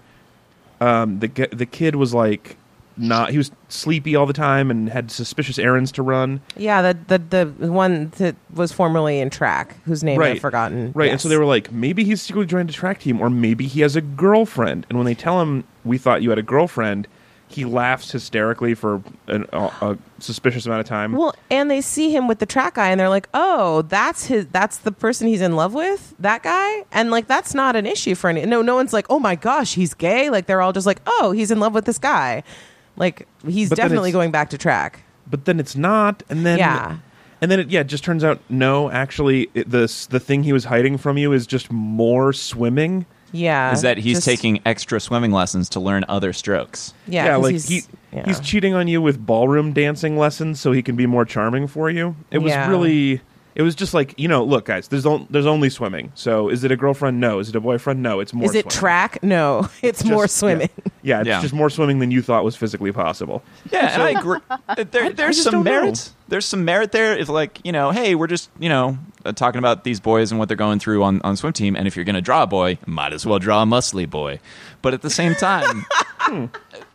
A: um, the g- the kid was like. Not he was sleepy all the time and had suspicious errands to run,
D: yeah, the, the the one that was formerly in track, whose name I've forgotten.
A: Right. And so they were like, maybe he's secretly joined a track team, or maybe he has a girlfriend. And when they tell him, we thought you had a girlfriend, he laughs hysterically for an, a, a suspicious amount of time.
D: Well, and they see him with the track guy, and they're like, "Oh, that's his. That's the person he's in love with. That guy." And like, that's not an issue for any. No, no one's like, "Oh my gosh, he's gay." Like, they're all just like, "Oh, he's in love with this guy." Like, he's
A: But then
D: definitely
A: it's-
D: going back to track.
A: but then it's not, and then
D: Yeah.
A: and then it yeah it just turns out no, actually it, the s- the thing he was hiding from you is just more swimming.
D: Yeah,
C: is that he's
D: just-
C: taking extra swimming lessons to learn other strokes
D: Yeah, 'cause
A: like
D: he's,
A: he
D: yeah.
A: he's cheating on you with ballroom dancing lessons so he can be more charming for you. It was
D: Yeah.
A: really it was just like, you know, look guys, there's on, there's only swimming. So is it a girlfriend? No. Is it a boyfriend? No. It's more
D: Is
A: swimming.
D: it track? No, it's,
A: Just-
D: more swimming.
A: Yeah, Yeah, it's
C: Yeah.
A: just more swimming than you thought was physically possible.
C: Yeah, and I agree. There, there's
A: just don't
C: some
A: know.
C: merit. There's some merit there. If like you know, hey, we're just you know uh, talking about these boys and what they're going through on on swim team, and if you're gonna draw a boy, might as well draw a muscly boy. But at the same time,
A: Hmm.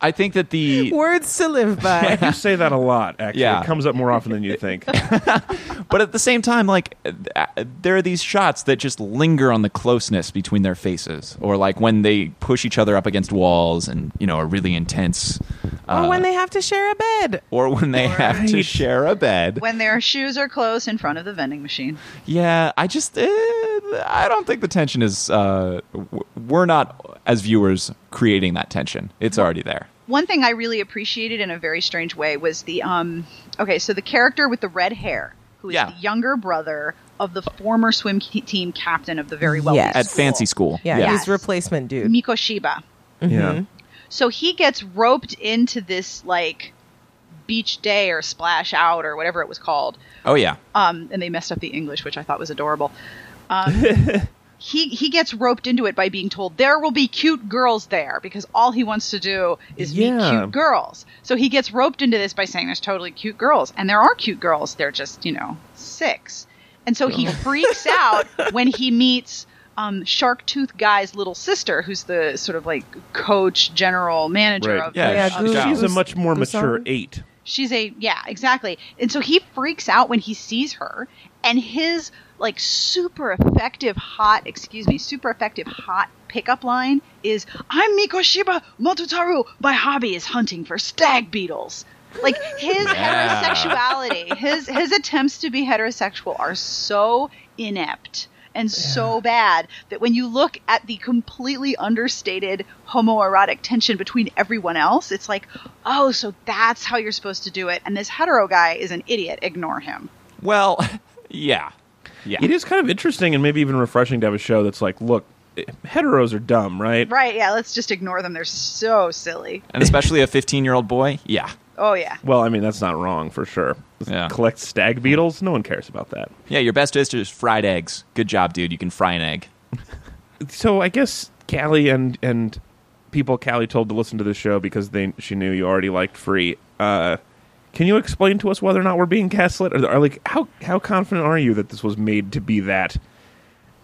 C: I think that the
D: Words to live by.
A: You say that a lot, actually.
C: Yeah. Mm-hmm.
A: It comes up more often than you think.
C: but at the same time, like th- uh, there are these shots that just linger on the closeness between their faces, or like when they push each other up against walls and you know are really intense,
D: or Oh,
C: uh,
D: when they have to share a bed.
C: or when they have to
A: Right.
C: share a bed.
B: when their shoes are closed in front of the vending machine.
C: Yeah, I just eh, I don't think the tension is. Uh, w- we're not as viewers creating that tension. It's already there.
B: One thing I really appreciated in a very strange way was the um okay, so the character with the red hair, who is
C: Yeah.
B: the younger brother of the former swim ke- team captain of the very wealthy
D: Yes.
C: At fancy school,
D: Yeah,
B: Yeah.
D: he's replacement dude.
B: Miko Shiba.
A: Yeah.
B: So he gets roped into this like beach day or splash out or whatever it was called.
C: Oh yeah.
B: Um, and they messed up the English, which I thought was adorable. Um, he he gets roped into it by being told there will be cute girls there because all he wants to do is meet
A: Yeah.
B: cute girls. So he gets roped into this by saying there's totally cute girls, and there are cute girls. They're just you know six, and so he freaks out when he meets. Um, Shark Tooth Guy's little sister, who's the sort of like coach, general manager
A: Right.
B: of
C: Yeah,
D: Yeah,
C: sh-
D: Goose-
C: yeah.
A: She's a much more
D: Who's
A: mature
D: on?
A: eight.
B: She's a yeah, exactly. And so he freaks out when he sees her and his like super effective hot, excuse me, super effective hot pickup line is I'm Miko Shiba Motutaru. My hobby is hunting for stag beetles. Like his
C: Yeah.
B: heterosexuality, his his attempts to be heterosexual are so inept and so bad that when you look at the completely understated homoerotic tension between everyone else, it's like, oh, so that's how you're supposed to do it. And this hetero guy is an idiot. Ignore him.
C: Well, yeah, yeah.
A: It is kind of interesting and maybe even refreshing to have a show that's like, look, heteros are dumb, right?
B: Right? Yeah. Let's just ignore them. They're so silly.
C: And especially a 15 year old boy. Yeah,
B: Oh yeah.
A: Well, I mean, that's not wrong for sure.
C: Yeah.
A: Collect stag beetles? No one cares about that.
C: yeah. Your best is just fried eggs. Good job, dude. You can fry an egg.
A: so I guess Callie and and people Callie told to listen to the show because they she knew you already liked Free. Uh, can you explain to us whether or not we're being gaslit, or, or like how how confident are you that this was made to be that?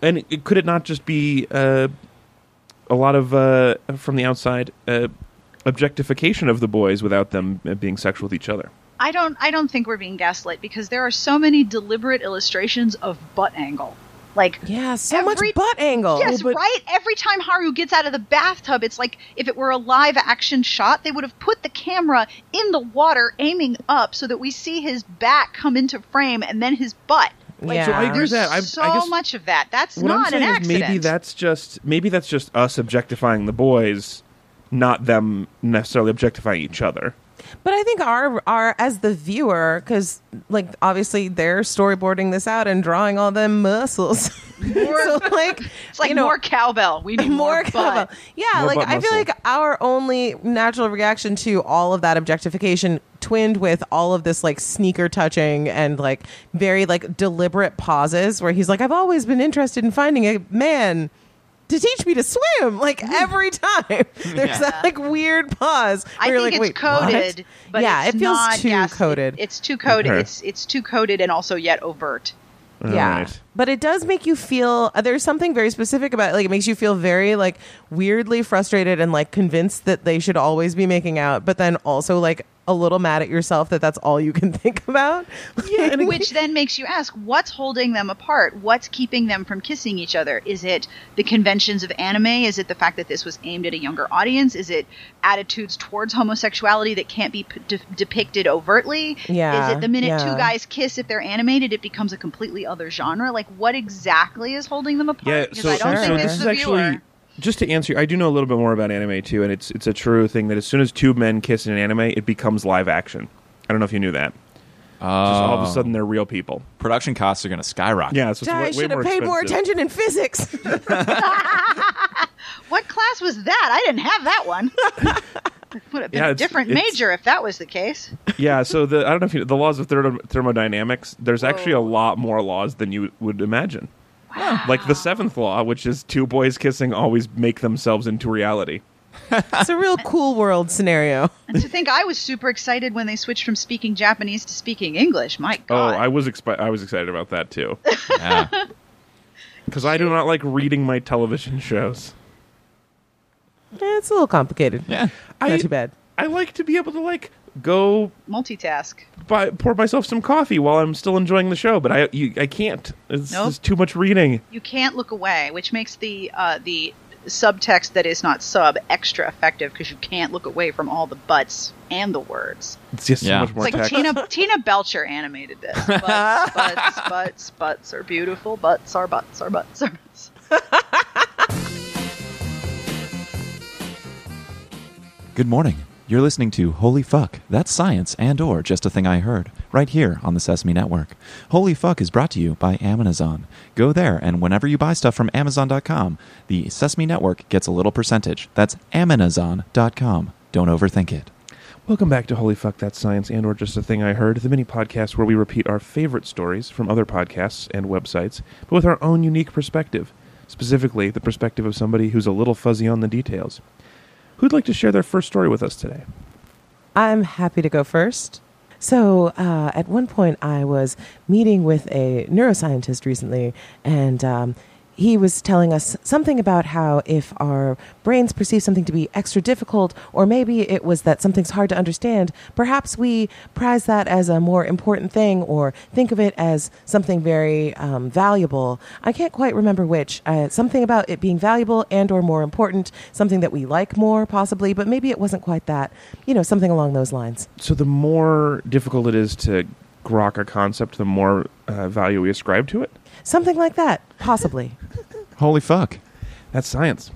A: And it, could it not just be uh, a lot of uh, from the outside uh, objectification of the boys without them uh, being sexual with each other?
B: I don't. I don't think we're being gaslit because there are so many deliberate illustrations of butt angle. Like
D: Yeah, so
B: Every-
D: much butt angle. Oh,
B: Yes,
A: but-
B: right. Every time Haru gets out of the bathtub, it's like if it were a live action shot, they would have put the camera in the water, aiming up, so that we see his back come into frame and then his butt. Like,
D: Yeah. So I agree
B: there's
A: with that. I- I
B: so
A: guess-
B: much of that. That's
A: What I'm
B: not an
A: saying is
B: accident.
A: maybe that's just maybe that's just us objectifying the boys, not them necessarily objectifying each other.
D: But I think our our as the viewer, because like obviously they're storyboarding this out and drawing all them muscles. so like
B: it's like
D: you know,
B: more cowbell. We need more,
D: more
B: butt.
D: cowbell. Yeah,
A: More
D: like
A: butt
D: I feel
A: muscle.
D: like our only natural reaction to all of that objectification, twinned with all of this like sneaker touching and like very like deliberate pauses, where he's like, "I've always been interested in finding a man." To teach me to swim, like every time there's
C: Yeah.
D: that like weird pause.
B: I think
D: where you're like,
B: it's
D: "Wait, what?"
B: coded, but
D: yeah,
B: it's
D: it feels
B: not-
D: too
B: yes, it-
D: coded.
B: it's too coded.
A: Okay.
B: It's it's too coded and also yet overt.
D: yeah
A: Alright.
D: but it does make you feel uh, there's something very specific about it like it makes you feel very like weirdly frustrated and like convinced that they should always be making out but then also like a little mad at yourself that that's all you can think about yeah
B: Which then makes you ask, what's holding them apart? What's keeping them from kissing each other? Is it the conventions of anime? Is it the fact that this was aimed at a younger audience? Is it attitudes towards homosexuality that can't be p- de- depicted overtly?
D: Yeah,
B: Is it the minute
D: yeah.
B: two guys kiss, if they're animated, it becomes a completely other genre? Like, what exactly is holding them apart?
A: Yeah,
B: Because
A: so,
B: I don't
A: so
B: think
A: this
B: it's
A: is
B: the
A: actually
B: viewer.
A: just to answer. you, I do know a little bit more about anime too, and it's it's a true thing that as soon as two men kiss in an anime, it becomes live action. I don't know if you knew that. Just all of a sudden, they're real people.
C: Production costs are going to skyrocket.
A: Oh. Yeah, so it's
D: i
A: way, way
D: should
A: more
D: have paid more
A: expensive.
D: attention in physics
B: What class was that? I didn't have that one. Would have been
A: Yeah,
B: a
A: it's-
B: different
A: it's-
B: major if that was the case.
A: yeah, so the I don't know if you, the laws of thermo- thermodynamics. There's actually
B: Oh.
A: a lot more laws than you would imagine. Like the seventh law, which is two boys kissing always make themselves into reality.
D: it's a real cool world scenario
B: And to think I was super excited when they switched from speaking Japanese to speaking English. My
A: Oh,
B: God.
A: I was expi- I was excited about that too
C: Yeah.
A: because I do not like reading my television shows.
D: yeah, it's a little complicated
C: yeah.
D: not
A: I-
D: too bad
A: I like to be able to like go
B: Multitask.
A: buy, pour myself some coffee while I'm still enjoying the show, but I you, I can't. It's
B: Nope.
A: just too much reading.
B: You can't look away, which makes the uh, the subtext that is not sub extra effective because you can't look away from all the butts and the words.
A: It's just
C: Yeah.
A: so much more
B: It's like
A: text.
B: Tina Tina Belcher animated this. Butts, butts, butts, butts are beautiful. Butts are butts are butts are butts.
C: Good morning. You're listening to Holy Fuck, That's Science and or Just a Thing I Heard, right here on the Sesame Network. Holy Fuck is brought to you by Amazon. Go there and whenever you buy stuff from Amazon.com, the Sesame Network gets a little percentage. That's Amazon.com. Don't overthink it.
A: Welcome back to Holy Fuck That's Science and or Just a Thing I Heard, the mini podcast where we repeat our favorite stories from other podcasts and websites, but with our own unique perspective. Specifically, the perspective of somebody who's a little fuzzy on the details. Who'd like to share their first story with us today?
D: I'm happy to go first. So, uh, at one point, I was meeting with a neuroscientist recently, and um, he was telling us something about how if our brains perceive something to be extra difficult, or maybe it was that something's hard to understand, perhaps we prize that as a more important thing or think of it as something very um, valuable. I can't quite remember which. Uh, something about it being valuable and or more important, something that we like more possibly, but maybe it wasn't quite that. You know, something along those lines.
A: So, the more difficult it is to grok a concept, the more uh, value we ascribe to it?
D: Something like that, possibly.
C: Holy Fuck.
A: That's science.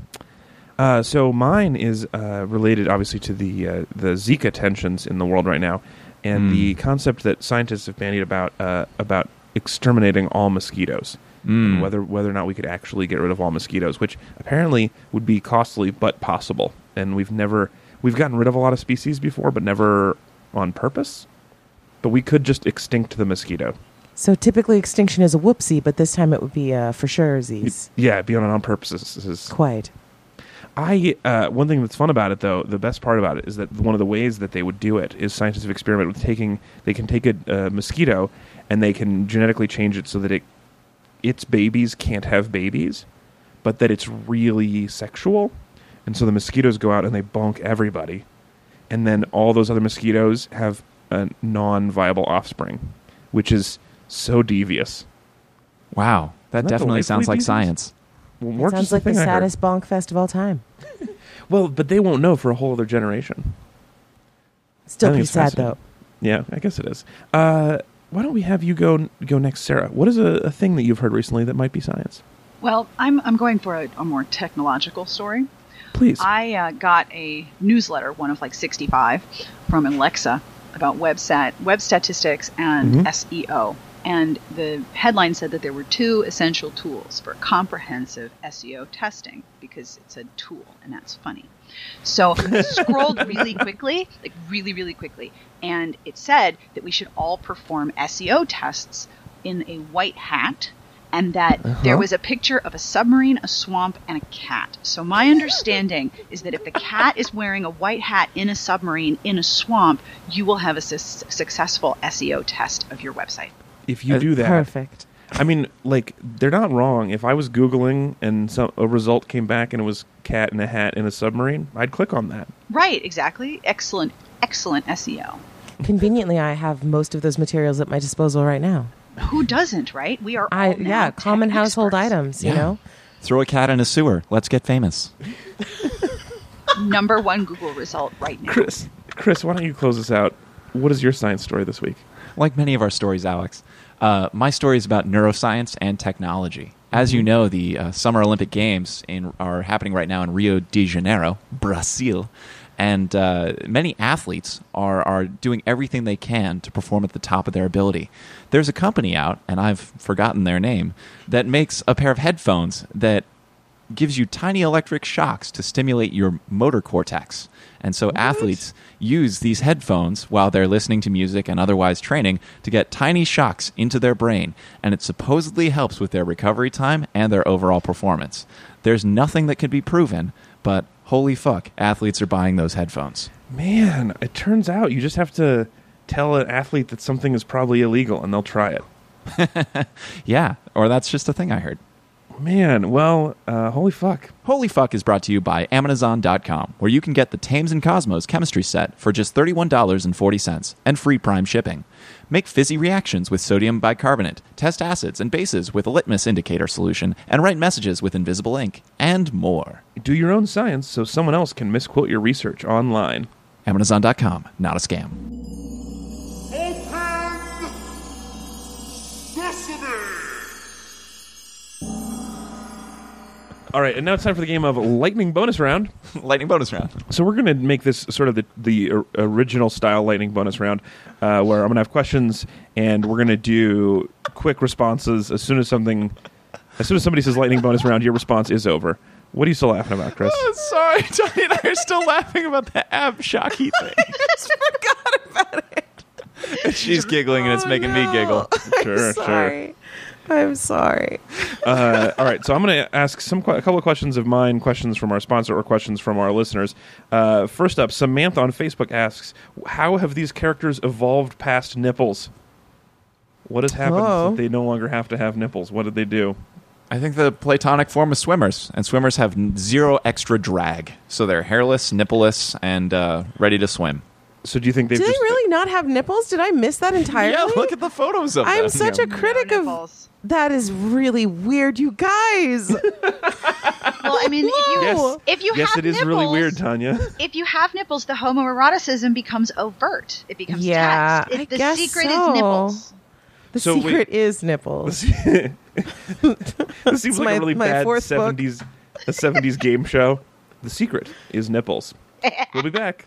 A: Uh, so mine is uh, related, obviously, to the uh, the Zika tensions in the world right now, and
C: Mm.
A: the concept that scientists have bandied about uh, about exterminating all mosquitoes,
C: Mm.
A: and whether whether or not we could actually get rid of all mosquitoes, which apparently would be costly but possible. And we've never we've gotten rid of a lot of species before, but never on purpose. But we could just extinct the mosquito.
D: So typically extinction is a whoopsie, but this time it would be uh, for sure z's.
A: Yeah, it'd be on an on purpose.
D: Quite.
A: I uh, one thing that's fun about it though, the best part about it is that one of the ways that they would do it is scientists have experimented with taking they can take a uh, mosquito and they can genetically change it so that it its babies can't have babies, but that it's really sexual, and so the mosquitoes go out and they bonk everybody, and then all those other mosquitoes have a non-viable offspring, which is so devious.
C: Wow. That
A: the
C: definitely
A: way
C: sounds
A: Felipe
C: like
A: does it.
C: science.
A: Well, March
D: Sounds
A: is the
D: like the
A: thing I heard.
D: saddest bonk fest of all time.
A: Well, but they won't know for a whole other generation.
D: Still
A: I think
D: pretty
A: it's
D: sad
A: fascinating.
D: though.
A: Yeah, I guess it is. Uh, why don't we have you go go next, Sarah? What is a, a thing that you've heard recently that might be science?
B: Well, I'm, I'm going for a, a more technological story.
A: Please.
B: I uh, got a newsletter, one of like 65, from Alexa about website, web statistics and SEO. And the headline said that there were two essential tools for comprehensive SEO testing because it said tool, and that's funny. So I scrolled really quickly, like really, really quickly, and it said that we should all perform SEO tests in a white hat and that there was a picture of a submarine, a swamp, and a cat. So my understanding is that if the cat is wearing a white hat in a submarine in a swamp, you will have a su- successful SEO test of your website.
A: if you
C: Uh,
A: do that,
D: Perfect.
A: I mean, like they're not wrong. If I was googling and some a result came back and it was cat in a hat in a submarine, I'd click on that.
B: Right, exactly. Excellent, excellent E SEO.
D: Conveniently, I have most of those materials at my disposal right now.
B: Who doesn't, right? We are all
D: I
B: now
D: yeah,
B: tech
D: common household
B: experts.
D: items. You
C: Yeah.
D: know,
C: Throw a cat in a sewer. Let's get famous.
B: Number one Google result right now.
A: Chris, Chris, why don't you close us out? What is your science story this week?
C: like many of our stories, Alex, uh, my story is about neuroscience and technology. As you know, the uh, Summer Olympic Games in, are happening right now in Rio de Janeiro, Brazil, and uh, many athletes are, are doing everything they can to perform at the top of their ability. There's a company out, and I've forgotten their name, that makes a pair of headphones that gives you tiny electric shocks to stimulate your motor cortex. And so athletes use these headphones while they're listening to music and otherwise training to get tiny shocks into their brain. And it supposedly helps with their recovery time and their overall performance. There's nothing that can be proven, but holy fuck, athletes are buying those headphones.
A: Man, it turns out you just have to tell an athlete that something is probably illegal and they'll try it.
C: Yeah, or that's just a thing I heard.
A: Man, well, uh, holy fuck.
C: Holy Fuck is brought to you by Amazon.com, where you can get the Thames and Cosmos chemistry set for just $31.40 and free prime shipping. Make fizzy reactions with sodium bicarbonate, test acids and bases with a litmus indicator solution, and write messages with invisible ink, and more.
A: Do your own science so someone else can misquote your research online.
C: Amazon.com, not a scam.
F: Open Sesame!
A: All right, and now it's time for the game of lightning bonus round.
C: Lightning bonus round.
A: So we're going to make this sort of the, the or- original style lightning bonus round, uh, where I'm going to have questions and we're going to do quick responses as soon as something, as soon as somebody says lightning bonus round, your response is over. What are you still laughing about, Chris?
C: Oh, Sorry, Tony and I are still laughing about the ab shocky thing.
D: just forgot about it. Oh,
C: She's giggling and it's making me giggle.
A: Sure,
D: sorry. I'm sorry.
A: Uh, all right, so I'm going to ask some que- a couple of questions of mine, questions from our sponsor, or questions from our listeners. Uh, first up, Samantha on Facebook asks, "How have these characters evolved past nipples? What has happened
D: Whoa.
A: that they no longer have to have nipples? What did they do?"
C: I think the platonic form is swimmers, and swimmers have n- zero extra drag, so they're hairless, nippleless, and uh, ready to swim.
A: So do you think they've
D: Do they
A: just
D: really not have nipples? Did I miss that entirely?
C: Yeah, look at the photos of them.
D: I'm such a critic
B: No
D: of.
B: nipples.
D: That is really weird, you guys.
B: Well, I mean, if you,
A: Yes.
B: if you
A: yes,
B: have
A: it is
B: nipples,
A: really weird, Tanya.
B: if you have nipples, the homoeroticism becomes overt. It becomes
D: Yeah,
B: text. It-
D: I
B: the
D: guess
B: secret
D: so.
B: is nipples.
D: The
A: So wait-
D: secret is nipples.
A: this seems like
D: my-
A: a really
D: my
A: bad
D: fourth book.
A: 70s a 70s game show. The secret is nipples. We'll be back.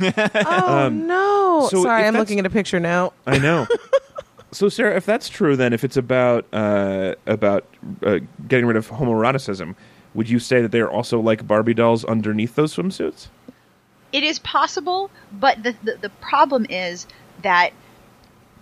D: Oh no!
A: so
D: Sorry,
A: if
D: I'm
A: that's-
D: looking at a picture now.
A: I know. so Sarah, if that's true, then if it's about uh, about uh, getting rid of homoeroticism, would you say that they are also like Barbie dolls underneath those swimsuits?
B: It is possible, but the, the the problem is that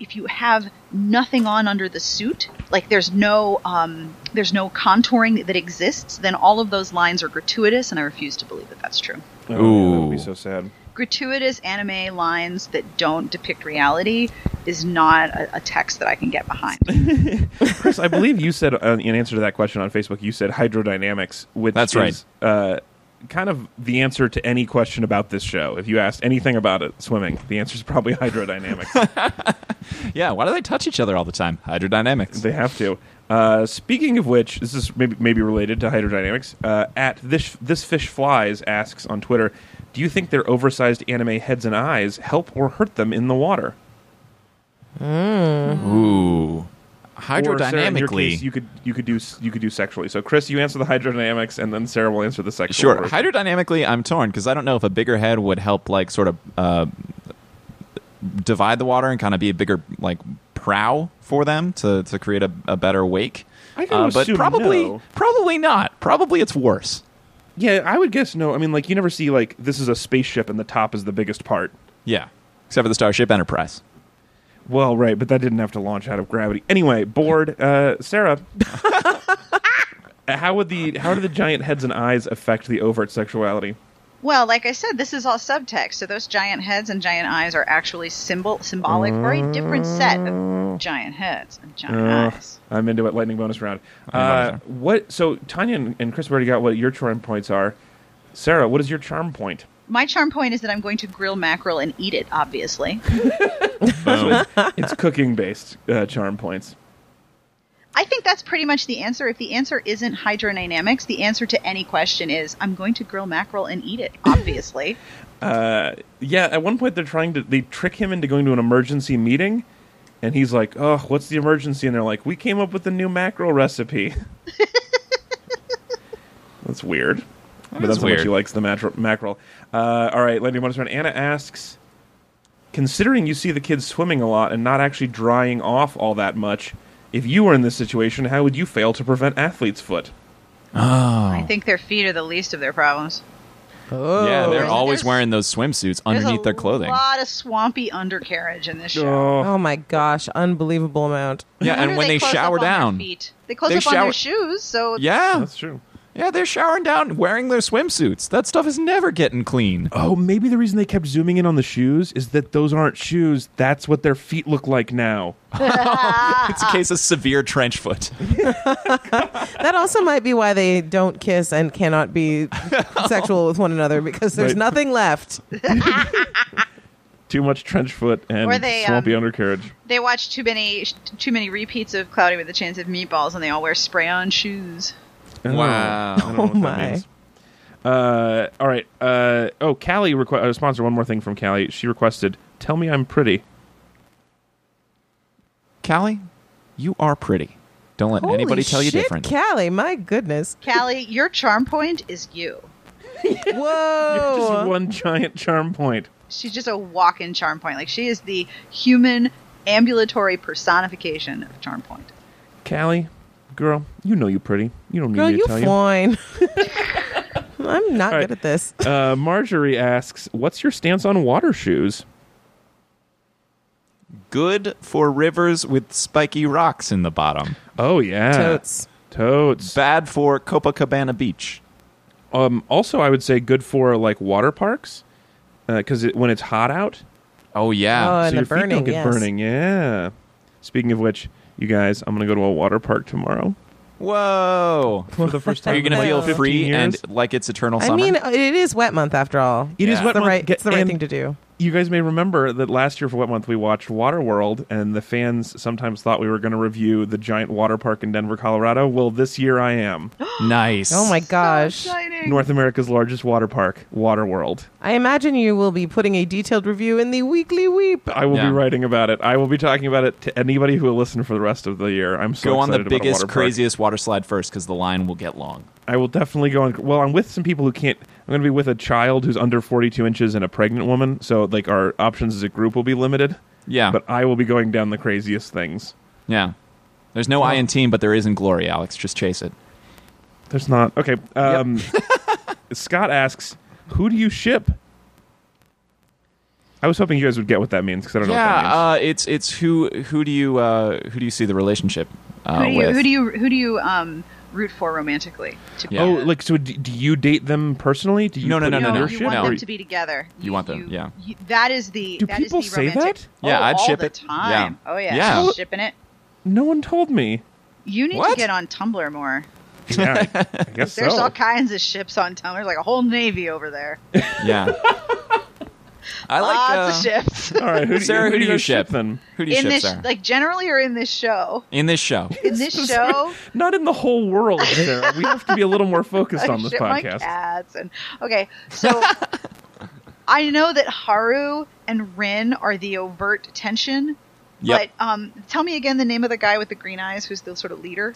B: if you have nothing on under the suit, like there's no um, there's no contouring that exists, then all of those lines are gratuitous, and I refuse to believe that that's true.
A: Oh, yeah, that would be
C: Ooh.
A: so sad.
B: Gratuitous anime lines that don't depict reality is not a, a text that I can get behind.
A: Chris, I believe you said uh, in answer to that question on Facebook, you said hydrodynamics, which is,
C: That's
A: right. Uh, kind of the answer to any question about this show. If you asked anything about it, swimming, the answer is probably hydrodynamics.
C: Yeah, why do they touch each other all the time? Hydrodynamics.
A: they have to. Uh, speaking of which, this is maybe, maybe related to hydrodynamics. Uh, at this this fish flies asks on Twitter, do you think their oversized anime heads and eyes help or hurt them in the water?
C: Ooh.
A: Or, Sarah, in your
C: Hydrodynamically.
A: case, you could you could do s- you could do sexually. So Chris, you answer the hydrodynamics, and then Sarah will answer the sexual.
C: Sure.
A: version.
C: Hydrodynamically, I'm torn because I don't know if a bigger head would help, like, sort of uh, divide the water and kind of be a bigger, like, prow for them to, to create a, a better wake. Uh,
A: I gotta
C: but
A: assume
C: probably,
A: no.
C: probably not. Probably it's worse.
A: Yeah, I would guess no. I mean, like you never see like this is a spaceship and the top is the biggest part.
C: Yeah. Except for the Starship Enterprise.
A: Well, right, but that didn't have to launch out of gravity. Anyway, bored. Uh, Sarah, how would the how do the giant heads and eyes affect the overt sexuality?
B: Well, like I said, this is all subtext. So those giant heads and giant eyes are actually symbol symbolic for a different set of giant heads and giant eyes.
A: Uh, I'm into it. Lightning bonus round.
C: bonus
A: Uh, what? So Tanya and, and Chris already got what your charm points are. Sarah, what is your charm point?
B: My charm point is that I'm going to grill mackerel and eat it, obviously.
A: it's cooking based uh, charm points.
B: I think that's pretty much the answer. If the answer isn't hydrodynamics, the answer to any question is I'm going to grill mackerel and eat it, obviously.
A: Yeah, at one point they're trying to they trick him into going to an emergency meeting, and he's like, "Oh, what's the emergency?" And they're like, "We came up with a new mackerel recipe." that's weird. but
C: is
A: that's how much
C: weird.
A: he likes the mackerel. mackerel. Uh, all right, Lenny Bonus round. Anna asks, considering you see the kids swimming a lot and not actually drying off all that much, if you were in this situation, how would you fail to prevent athlete's foot?
B: I think their feet are the least of their problems.
D: Oh.
C: yeah, they're
B: there's-
C: always
B: there's-
C: wearing those swimsuits underneath their clothing.
B: A lot of swampy undercarriage in this show.
A: Oh,
D: Oh my gosh, unbelievable amount.
C: Yeah,
B: No
C: and
B: wonder
C: when they,
B: close up
C: shower
B: on their
C: down.
B: feet. they close
C: They
B: up on
C: shower-
B: their shoes. So
C: Yeah.
A: that's true.
C: Yeah, they're showering down wearing their swimsuits. That stuff is never getting clean.
D: Ah.
A: Oh, maybe the reason they kept zooming in on the shoes is that those aren't shoes. That's what their feet look like now.
C: It's a case of severe trench foot.
D: That also might be why they don't kiss and cannot be sexual with one another because there's
A: Right.
D: nothing left.
A: Too much trench foot and
B: Or they,
A: swampy
B: um,
A: undercarriage.
B: they watch too many too many repeats of Cloudy with a Chance of Meatballs, and they all wear spray-on shoes.
A: I don't know.
C: Wow.
A: I don't know
D: Oh
A: what that
D: my.
A: means. Uh, all right. Uh, oh, Callie requ- uh, sponsor one more thing from Callie. She requested, "Tell me I'm pretty."
C: Callie, you are pretty. Don't let anybody
D: Holy
C: tell you
D: shit,
C: different.
D: Callie, my goodness.
B: Callie, your charm point is you.
A: Just
D: Whoa.
A: one giant charm point.
B: She's just a walk-in charm point. Like she is the human ambulatory personification of charm point.
A: Callie, girl, you know you pretty. You don't need
D: Girl,
A: me to
D: you
A: tell
D: fine. I'm not
A: All right.
D: good at this.
A: you. Uh, Marjorie asks, "What's your stance on water shoes?"
C: Good for rivers with spiky rocks in the bottom.
A: Oh yeah,
C: Ah.
D: Totes.
A: Totes.
C: Bad for Copacabana Beach.
A: Um, also, I would say good for like water parks because it, when it's hot out,
C: Oh
D: Oh,
C: yeah.
D: and
A: so
D: the
A: your feet don't
D: burning,
A: get
D: yes.
A: burning. Yeah. Speaking of which, you guys, I'm gonna go to a water park tomorrow
C: Whoa.
A: for the first time.
C: Are you gonna
A: in,
C: feel
A: like, 15
C: free
A: years.
C: and like it's eternal summer?
D: I mean, it is wet month after all.
A: It is
C: Yeah.
A: wet
D: the
A: month.
D: right,
A: Get-
D: it's the right
A: and
D: thing to do.
A: You guys may remember that last year for Wet Month we watched Waterworld, and the fans sometimes thought we were going to review the giant water park in Denver, Colorado. Well, this year I am
C: nice.
D: Oh my gosh.
B: So exciting.
A: North America's largest water park, Waterworld.
D: I imagine you will be putting a detailed review in the weekly weep.
A: I will
C: Yeah.
A: be writing about it. I will be talking about it to anybody who will listen for the rest of the year. I'm so
C: Go on the
A: excited about a water
C: biggest,
A: park.
C: craziest water slide first because the line will get long.
A: I will definitely go on. Well, I'm with some people who can't. I'm going to be with a child who's under 42 inches and a pregnant woman. So, like, our options as a group will be limited.
C: Yeah.
A: But I will be going down the craziest things.
C: Yeah. There's no I in team, but there is in glory, Alex. Just chase it.
A: There's not. Okay. Um, Scott asks, who do you ship? I was hoping you guys would get what that means because I don't know what that means.
C: Yeah, uh, it's it's who who do you uh, who do you see the relationship uh,
B: Who do you
C: with?
B: who do you who do you um root for romantically? To be
C: Yeah.
A: Oh, like, so do, do you date them personally? Do you
C: No, no,
A: put
C: no,
A: in
C: no,
A: your
C: no.
B: You
A: ship?
B: want
C: No.
B: them to be together.
C: You want them, yeah.
B: you- that is the.
A: Do
B: that is
A: people
B: the
A: say
B: romantic-
A: that?
C: Yeah,
B: Oh,
C: I'd
B: all
C: ship
B: the
C: it.
B: Time.
C: Yeah.
B: Oh yeah,
C: Yeah.
B: shipping it.
A: No one told me.
B: You need
C: What?
B: to get on Tumblr more.
A: Yeah, I, I guess
B: There's
A: so.
B: all kinds of ships on town. There's like a whole navy over there.
C: Yeah. I like
B: Lots
C: uh,
B: of ships.
A: all right, who do
C: Sarah,
A: you,
C: who do you
A: guys
C: ship?
A: then?
C: Who do you
B: in
C: ship,
B: this,
C: Sarah?
B: like generally, or in this show.
C: in this show.
B: In this show,
A: Not in the whole world, Sarah. We have to be a little more focused
B: I
A: on this
B: shit my
A: podcast.
B: cats and okay, so I know that Haru and Rin are the overt tension.
C: Yep.
B: But um, tell me again the name of the guy with the green eyes who's the sort of leader.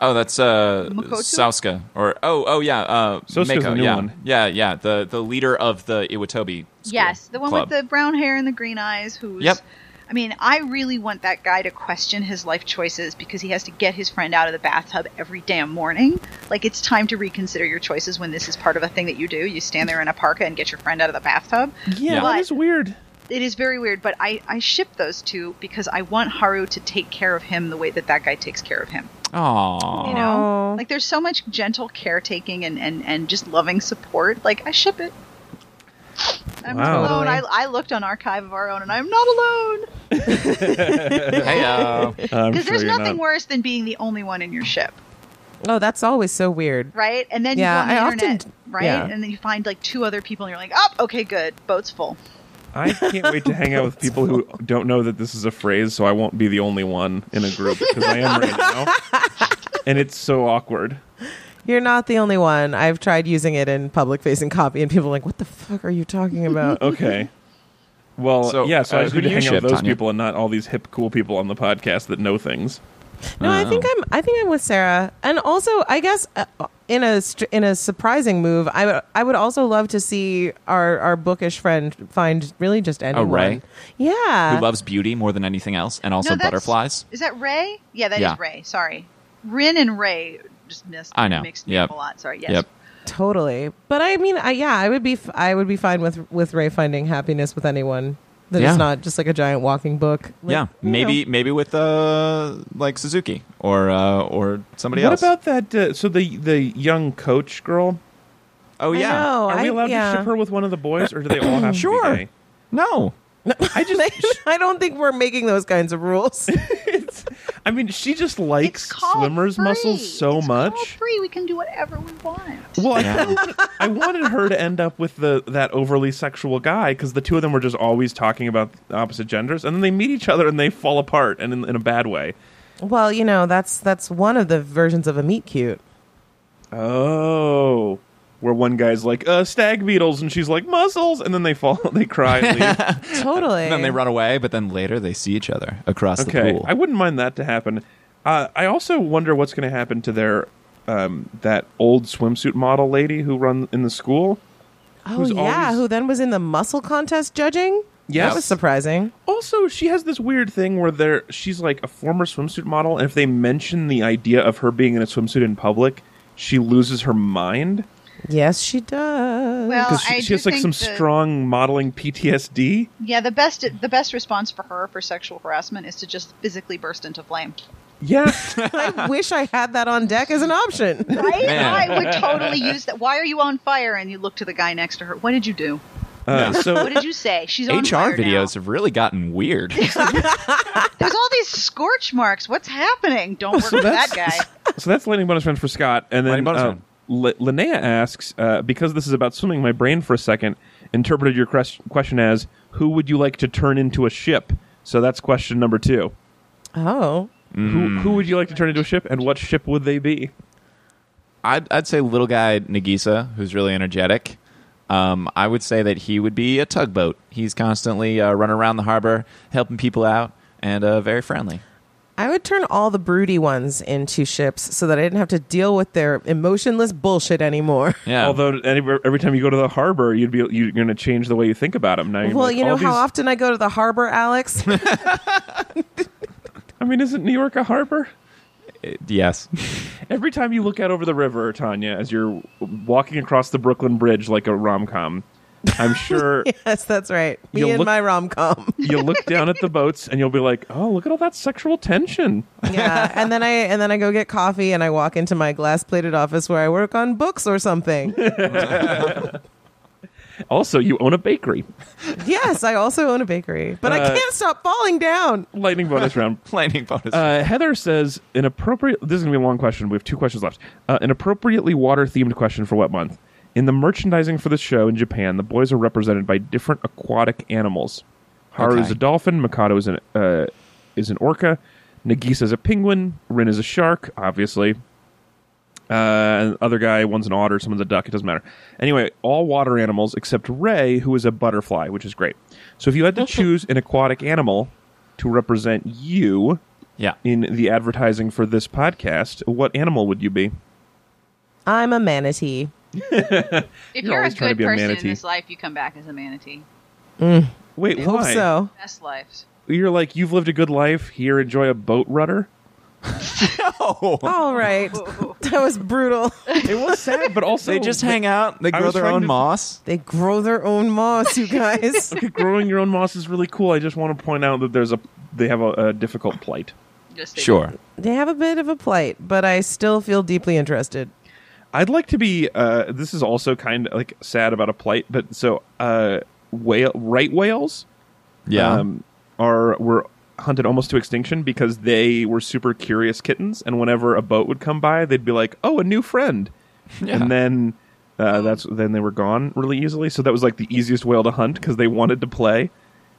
C: Oh, that's uh
B: Makoto?
C: Sauska or oh oh yeah, uh
A: Souska's
C: Mako,
A: the new
C: yeah.
A: one.
C: Yeah, yeah, the the leader of the Iwatobi. school
B: Yes, the one
C: club.
B: with the brown hair and the green eyes. Who's?
C: Yep.
B: I mean, I really want that guy to question his life choices because he has to get his friend out of the bathtub every damn morning. Like it's time to reconsider your choices when this is part of a thing that you do. You stand there in a parka and get your friend out of the bathtub.
A: Yeah,
C: Yeah.
A: that is weird.
B: It is very weird, but I I ship those two because I want Haru to take care of him the way that that guy takes care of him.
C: Aw.
B: You know,
D: Aw.
B: like there's so much gentle caretaking and and and just loving support. Like I ship it. I'm
A: Wow.
B: not alone. I,
D: Totally.
B: I looked on Archive of Our Own, and I'm not alone.
C: Hey, uh,
A: I'm
B: Because
A: sure
B: there's
A: you're
B: nothing
A: not.
B: worse than being the only one in your ship,
D: Oh, that's always so weird.
B: right? And then
D: Yeah,
B: you go
D: I
B: on
D: often
B: the internet,
D: d-
B: right?
D: yeah.
B: And then you find like two other people, and you're like, oh, okay, good, boat's full.
A: I can't wait to hang out with people who don't know that this is a phrase, so I won't be the only one in a group because I am right now, and it's so awkward.
D: You're not the only one. I've tried using it in public facing copy, and people are like, "What the fuck are you talking about?"
A: Okay. Well,
C: So,
A: yeah, so
C: uh,
A: I just need
C: who
A: to
C: do you
A: hang out
C: ship,
A: with those
C: Tanya?
A: people and not all these hip, cool people on the podcast that know things.
D: No, I think I'm. I think I'm with Sarah. And also, I guess uh, in a str- in a surprising move, I would I would also love to see our our bookish friend find really just anyone.
C: Oh, Ray?
D: Yeah.
C: who loves beauty more than anything else and also
B: Uh, No, that's-
C: butterflies.
B: Is that Ray? Yeah, that is
C: Yeah.
B: Ray. Sorry, Rin and Ray just missed.
C: I know.
B: Mixed me
C: Yep.
B: up a lot. Sorry. Yes.
C: Yep.
D: totally. But I mean, I, yeah, I would be f- I would be fine with with Ray finding happiness with anyone that is
C: Yeah.
D: not just like a giant walking book. Like,
C: yeah,
D: you
C: maybe
D: know.
C: maybe with uh like Suzuki or uh or somebody
A: what
C: else.
A: about that? Uh, so the the young coach girl.
C: oh
D: I
C: yeah.
D: know,
A: Are
D: I-
A: we allowed
D: yeah.
A: to ship her with one of the boys, or do they all have to
C: Sure.
A: be gay?
C: No.
A: I just,
D: I don't think we're making those kinds of rules.
A: I mean, she just likes
B: It's called
A: swimmer's
B: free.
A: muscles so
B: It's called
A: much.
B: Free. We can do whatever we want.
A: Well, I,
C: Yeah.
A: kinda wanted, I wanted her to end up with the that overly sexual guy because the two of them were just always talking about the opposite genders, and then they meet each other and they fall apart, and in, in a bad way.
D: well, you know, that's that's one of the versions of a meet cute.
A: Oh, where one guy's like uh, stag beetles, and she's like muscles, and then they fall, they cry. And leave.
D: Totally.
C: And then they run away, but then later they see each other across the
A: okay,
C: pool.
A: I wouldn't mind that to happen. Uh, I also wonder what's going to happen to their um, that old swimsuit model lady who run in the school.
D: Oh
A: who's
D: yeah,
A: always-
D: who then was in the muscle contest judging?
A: Yes.
D: that was surprising.
A: Also, she has this weird thing where there she's like a former swimsuit model, and if they mention the idea of her being in a swimsuit in public, she loses her mind
D: Yes, she does.
B: Well,
A: because she,
B: I
A: she
B: do
A: has like
B: think
A: some
B: that-
A: strong modeling PTSD.
B: Yeah, the best the best response for her for sexual harassment is to just physically burst into flame.
A: Yeah,
D: I wish I had that on deck as an option.
B: Right?
C: Man.
B: I would totally use that. Why are you on fire? And you look to the guy next to her. What did you do?
A: uh, so
B: What did you say? She's on
C: HR
B: fire
C: videos
B: Now.
C: have really gotten weird.
B: There's all these scorch marks. What's happening? Don't work with that guy.
A: so that's lightning bonus friend for Scott, and then
C: Lightning bonus
A: uh,
C: round.
A: Li- Linnea asks uh, because this is about swimming. My brain for a second interpreted your quest- question as who would you like to turn into a ship. So that's question number two.
D: Oh,
A: Who, who would you like to turn into a ship, and what ship would they be?
C: I'd, I'd say little guy Nagisa, who's really energetic. Um, I would say that he would be a tugboat. He's constantly uh, running around the harbor, helping people out, and uh, very friendly.
D: I would turn all the broody ones into ships so that I didn't have to deal with their emotionless bullshit anymore.
C: Yeah.
A: Although any, every time you go to the harbor, you'd be you're going to change the way you think about them. Now, you're
D: Well,
A: like,
D: you know
A: all
D: how
A: these-
D: often I go to the harbor, Alex.
A: I mean, isn't New York a harbor?
C: yes.
A: Every time you look out over the river, Tanya, as you're walking across the Brooklyn Bridge like a rom com, I'm sure
D: yes, that's right. Me
A: You
D: and
A: look-
D: my rom com.
A: you'll look down at the boats and you'll be like, "Oh, look at all that sexual tension."
D: yeah, and then I and then I go get coffee and I walk into my glass plated office where I work on books or something.
A: Also, you own a bakery.
D: yes, I also own a bakery, but I
A: Uh,
D: can't stop falling down.
A: Lightning bonus round.
C: Lightning bonus.
A: Uh, Heather says, an appropriate. This is going to be a long question. We have two questions left. Uh, an appropriately water themed question for Wet Month. In the merchandising for the show in Japan, the boys are represented by different aquatic animals. Haru is
C: Okay.
A: a dolphin. Mikado is an uh, is an orca. Nagisa is a penguin. Rin is a shark, obviously. Uh, and other guy, one's an otter, someone's a duck. It doesn't matter. Anyway, all water animals except Ray, who is a butterfly, which is great. So if you had to choose an aquatic animal to represent you,
C: yeah.
A: in the advertising for this podcast, what animal would you be?
D: I'm a manatee.
B: If
A: You're
B: you're, a
A: always trying to
B: good
A: be a
B: person in
A: manatee.
B: this life, you come back as a manatee.
A: Wait,
D: Hope
A: why?
D: so.
B: Best life.
A: You're like you've lived a good life here. Enjoy a boat rudder.
C: Oh.
D: All right, that was brutal.
A: It was sad, but also
C: They just hang out. They
A: I
C: grow
A: was
C: their
A: trying
C: own
A: to-
C: moss.
D: They grow their own moss, you guys.
A: Okay, growing your own moss is really cool. I just want to point out that there's a they have a, a difficult plight.
B: Just a-
C: Sure.
D: they have a bit of a plight, but I still feel deeply interested.
A: I'd like to be. Uh, this is also kind of like sad about a plight, but so uh, whale right whales
C: Yeah.
A: um, are were hunted almost to extinction because they were super curious kittens, and whenever a boat would come by, they'd be like, "Oh, a new friend,"
C: Yeah.
A: and then uh, that's then they were gone really easily. So that was like the easiest whale to hunt because they wanted to play.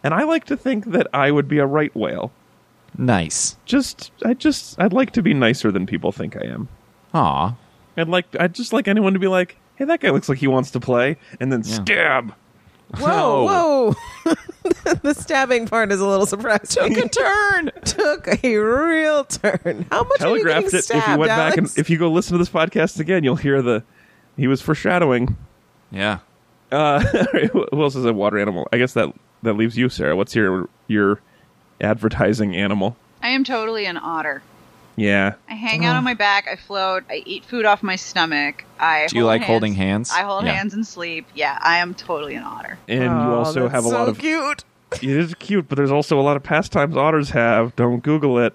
A: And I like to think that I would be a right whale.
C: nice.
A: Just I just I'd like to be nicer than people think I am.
C: Aw.
A: I'd like I'd just like anyone to be like, "Hey, that guy looks like he wants to play," and then stab.
D: Whoa, whoa! the stabbing part is a little surprising. Took a turn. Took a real turn. How much are you getting
A: telegraphed it.
D: stabbed,
A: if you went back and
D: Alex?
A: if you go listen to this podcast again, you'll hear the he was foreshadowing.
C: Yeah.
A: Uh, who else is a water animal? I guess that that leaves you, Sarah. What's your your advertising animal?
B: I am totally an otter.
A: Yeah,
B: I hang out on my back. I float. I eat food off my stomach. I
C: Do you
B: hold
C: like holding hands?
B: I hold
C: Yeah.
B: hands and sleep. Yeah, I am totally an otter.
A: and you
D: Oh,
A: also
D: that's
A: have a
D: so
A: lot of
D: cute.
B: Oh
A: it is cute, but there's also a lot of pastimes otters have. Don't Google it.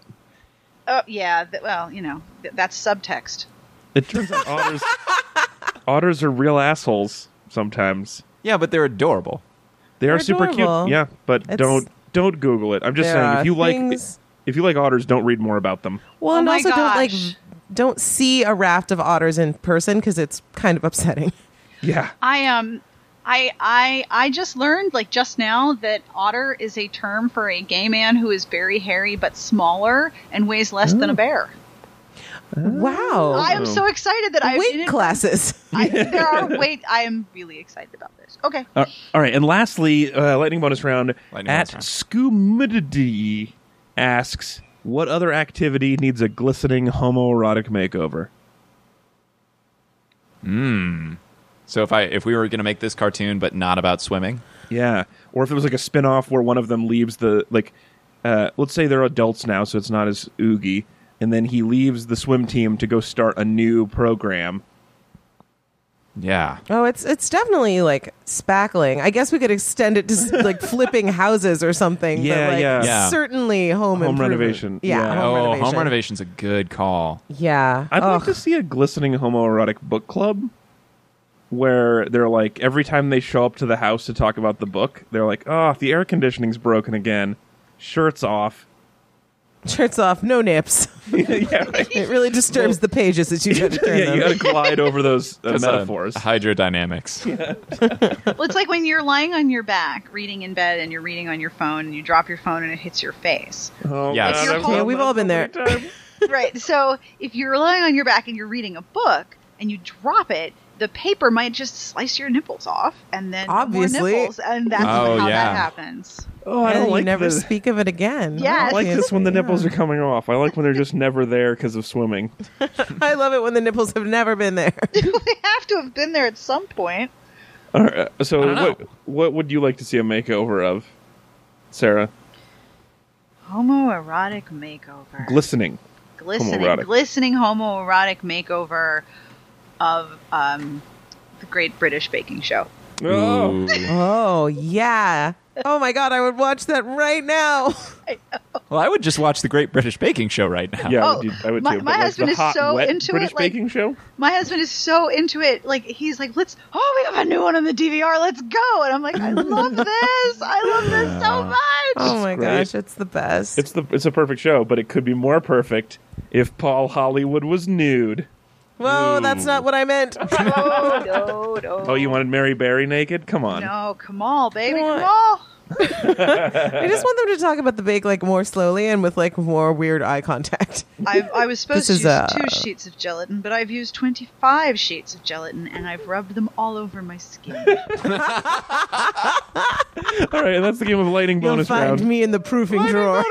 B: Oh yeah. Th- well, you know th- that's subtext.
A: It turns out otters otters are real assholes sometimes.
C: Yeah, but they're adorable.
A: They are
D: They're
A: super
D: adorable.
A: cute. Yeah, but
D: It's-
A: don't don't Google it. I'm just
D: There
A: saying if
D: are
A: you
D: things-
A: like if you like otters, don't read more about them.
D: Well,
B: Oh
D: and
B: my
D: also don't like
B: gosh.
D: don't see a raft of otters in person because it's kind of upsetting.
A: Yeah.
B: I um, I I I just learned like just now that otter is a term for a gay man who is very hairy but smaller and weighs less than a bear.
D: Wow.
B: I
C: Oh.
B: am so excited that I
D: Weight classes.
B: I, there are wait. I am really excited about this. Okay.
A: Uh, all right, and lastly, uh, lightning bonus round
C: Lightning
A: at
C: bonus
A: Scoomidity asks, "What other activity needs a glistening homoerotic makeover?"
C: So if I if we were going to make this cartoon but not about swimming,
A: Yeah, or if it was like a spin-off where one of them leaves the like, uh, let's say they're adults now, so it's not as oogie, and then he leaves the swim team to go start a new program.
C: yeah.
D: Oh, it's it's definitely like spackling. I guess we could extend it to s- like flipping houses or something.
A: Yeah,
D: but like,
A: yeah.
C: Yeah.
D: Certainly home
A: Home
D: improvement.
A: renovation.
D: Yeah,
A: Yeah.
C: oh,
D: Home renovation.
C: home renovation's a good call.
D: Yeah.
A: I'd
D: Ugh.
A: like to see a glistening homoerotic book club where they're like every time they show up to the house to talk about the book, they're like, "Oh, the air conditioning's broken again. Shirts off."
D: shirts off, no nips.
A: yeah, right.
D: It really disturbs the pages that you have to turn
A: yeah, you
D: them. uh-huh.
A: got to glide over those uh,
C: 'Cause, uh,
A: metaphors.
C: hydrodynamics.
B: Well, it's like when you're lying on your back reading in bed and you're reading on your phone and you drop your phone and it hits your face.
A: Oh,
C: Yes.
A: God,
B: Your
A: I've
B: whole-
A: done
B: Yeah,
D: we've
A: that
D: all been
A: so many
D: there.
A: times.
B: right. So if you're lying on your back and you're reading a book and you drop it, the paper might just slice your nipples off, and then no more
D: Obviously.
B: nipples, and that's
C: Oh,
B: how
C: yeah.
B: that happens.
A: Oh, I
D: And
A: don't
D: you
A: like
D: never
A: this.
D: speak of it again.
B: Yes.
A: I like this when the
D: Obviously,
A: nipples
D: yeah.
A: are coming off. I like when they're just never there because of swimming.
D: I love it when the nipples have never been there.
B: they have to have been there at some point.
A: All right, uh, so,
D: Uh-huh.
C: don't know.
A: what what would you like to see a makeover of, Sarah?
B: Homoerotic makeover.
A: Glistening.
B: glistening,
A: homoerotic.
B: glistening homoerotic makeover of um, the Great British Baking Show.
A: Oh,
C: Ooh.
D: Oh yeah, oh my god, I would watch that right now.
C: Well, I would just watch the Great British Baking Show right now.
A: Yeah, I
B: Oh,
A: would, do- I would
B: my-
A: too.
B: my
A: but like
B: husband
A: the
B: is
A: hot,
B: so
A: wet
B: into it,
A: British
B: like-
A: baking show.
B: My husband is so into it. Like he's like, let's oh we have a new one on the DVR. Let's go. And I'm like, I love this. I love this so much.
D: Oh my
A: great.
D: gosh, it's the best.
A: It's the it's a perfect show, but it could be more perfect if Paul Hollywood was nude.
D: Whoa, that's not what I meant.
B: no, no, no.
A: Oh, you wanted Mary Berry naked? Come on.
B: No, Kamal, baby,
D: What?
B: Kamal.
D: I just want them to talk about the bake like more slowly and with like more weird eye contact.
B: I, I was supposed to
D: This
B: use
D: is, uh,
B: two sheets of gelatin, but I've used 25 sheets of gelatin and I've rubbed them all over my skin.
A: All right, that's the game of lighting
D: You'll
A: bonus
D: find
A: round.
D: me in the proofing drawer.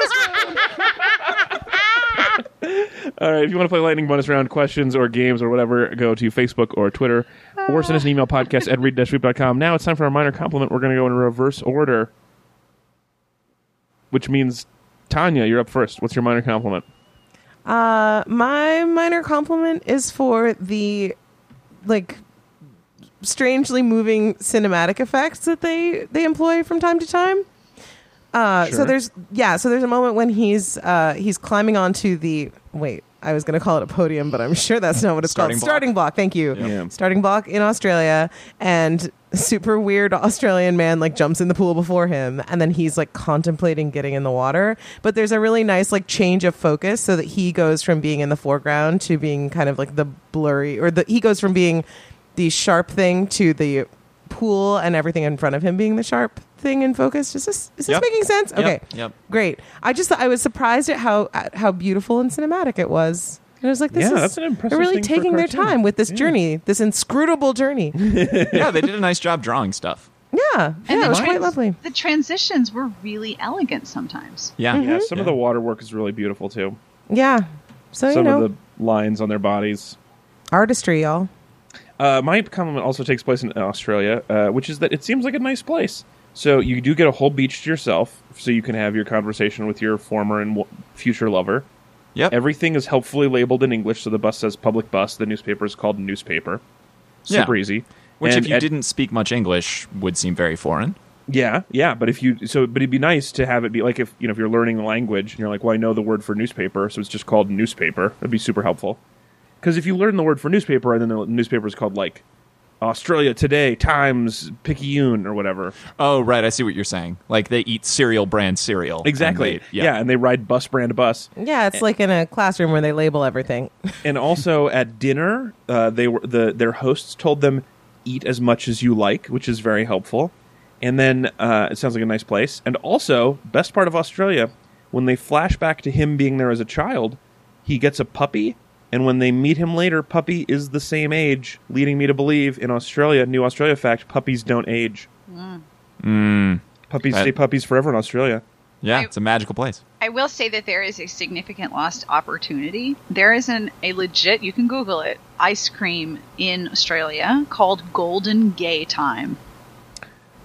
A: All right, if you want to play lightning bonus round questions or games or whatever, go to Facebook or Twitter or send us an email podcast at read-weep.com. Now it's time for our minor compliment. We're going to go in reverse order, which means Tanya, you're up first. What's your minor compliment?
D: Uh, my minor compliment is for the like strangely moving cinematic effects that they they employ from time to time. Uh,
A: Sure.
D: So there's yeah, so there's a moment when he's uh, he's climbing onto the wait. I was going to call it a podium, but I'm sure that's not what it's
C: Starting
D: called.
C: block.
D: Starting block. Thank you.
A: Yeah.
D: Starting block in Australia, and super weird Australian man like jumps in the pool before him, and then he's like contemplating getting in the water. But there's a really nice like change of focus so that he goes from being in the foreground to being kind of like the blurry, or the he goes from being the sharp thing to the pool and everything in front of him being the sharp thing in focus. Is this is this
C: Yep.
D: making sense?
C: Yep.
D: Okay.
C: Yep.
D: Great. I just I was surprised at how at how beautiful and cinematic it was. And I was like, this
A: Yeah,
D: is
A: that's an impressive
D: they're
A: thing
D: really
A: for a
D: taking their
A: cartoon. Mm-hmm.
D: time with this journey, this inscrutable journey. yeah,
C: yeah, they did a nice job drawing stuff.
D: yeah, it was
B: the
D: quite
B: trans-
D: lovely.
B: The transitions were really elegant sometimes.
C: Yeah.
D: Mm-hmm.
A: Yeah, some of the water work is really beautiful too.
D: Yeah. So Oh, you
A: some
D: know,
A: of the lines on their bodies.
D: artistry, y'all.
A: Uh, my compliment also takes place in Australia, uh, which is that it seems like a nice place. So you do get a whole beach to yourself, so you can have your conversation with your former and w- future lover.
C: Yep.
A: Everything is helpfully labeled in English, so the bus says public bus. The newspaper is called newspaper. Super
C: Yeah.
A: easy.
C: Which,
A: And
C: if you
A: at-
C: didn't speak much English, would seem very foreign.
A: yeah, yeah. But if you, so, but it'd be nice to have it be like if you know if you're learning the language and you're like, well, I know the word for newspaper, so it's just called newspaper. That'd be super helpful. Because if you learn the word for newspaper and then the newspaper is called like Australia Today, Times, Picayune, or whatever.
C: Oh, right. I see what you're saying. Like they eat cereal brand cereal. and
A: Exactly.
C: they-
A: yeah. and they ride bus brand bus.
D: Yeah, it's like in a classroom where they label everything.
A: and also at dinner, uh, they were the their hosts told them eat as much as you like, which is very helpful. And then uh, it sounds like a nice place. And also, best part of Australia, when they flash back to him being there as a child, he gets a puppy. And when they meet him later, puppy is the same age, leading me to believe in Australia, new Australia fact, puppies don't age. Puppies
C: That-
A: stay puppies forever in Australia.
C: Yeah, it's a magical place.
B: I will say that there is a significant lost opportunity. There is an a legit, you can Google it, ice cream in Australia called Golden Gay Time.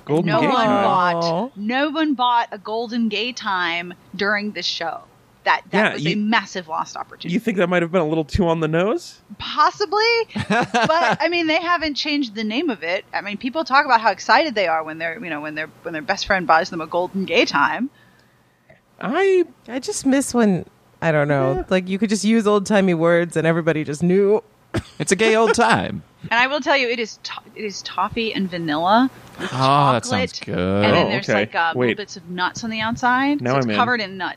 A: Golden
B: No
A: Gate
B: one
A: Time.
D: Aw.
B: bought no one bought a Golden Gay Time during the show. That that
A: Yeah,
B: was
A: you-
B: a massive lost opportunity.
A: You think that might have been a little too on the nose?
B: possibly but i mean they haven't changed the name of it i mean people talk about how excited they are when they're you know when their when their best friend buys them a golden gay time
A: I
D: I just miss when I don't know, like you could just use old timey words and everybody just knew.
C: It's a gay old time.
B: and i will tell you it is to- it is toffee and vanilla with
C: Oh, that
B: chocolate
C: sounds
B: and
C: good.
B: then there's
A: Oh, okay.
B: like uh,
A: Wait.
B: little bits of nuts on the outside
A: Now
B: so it's
A: I'm in.
B: covered in nut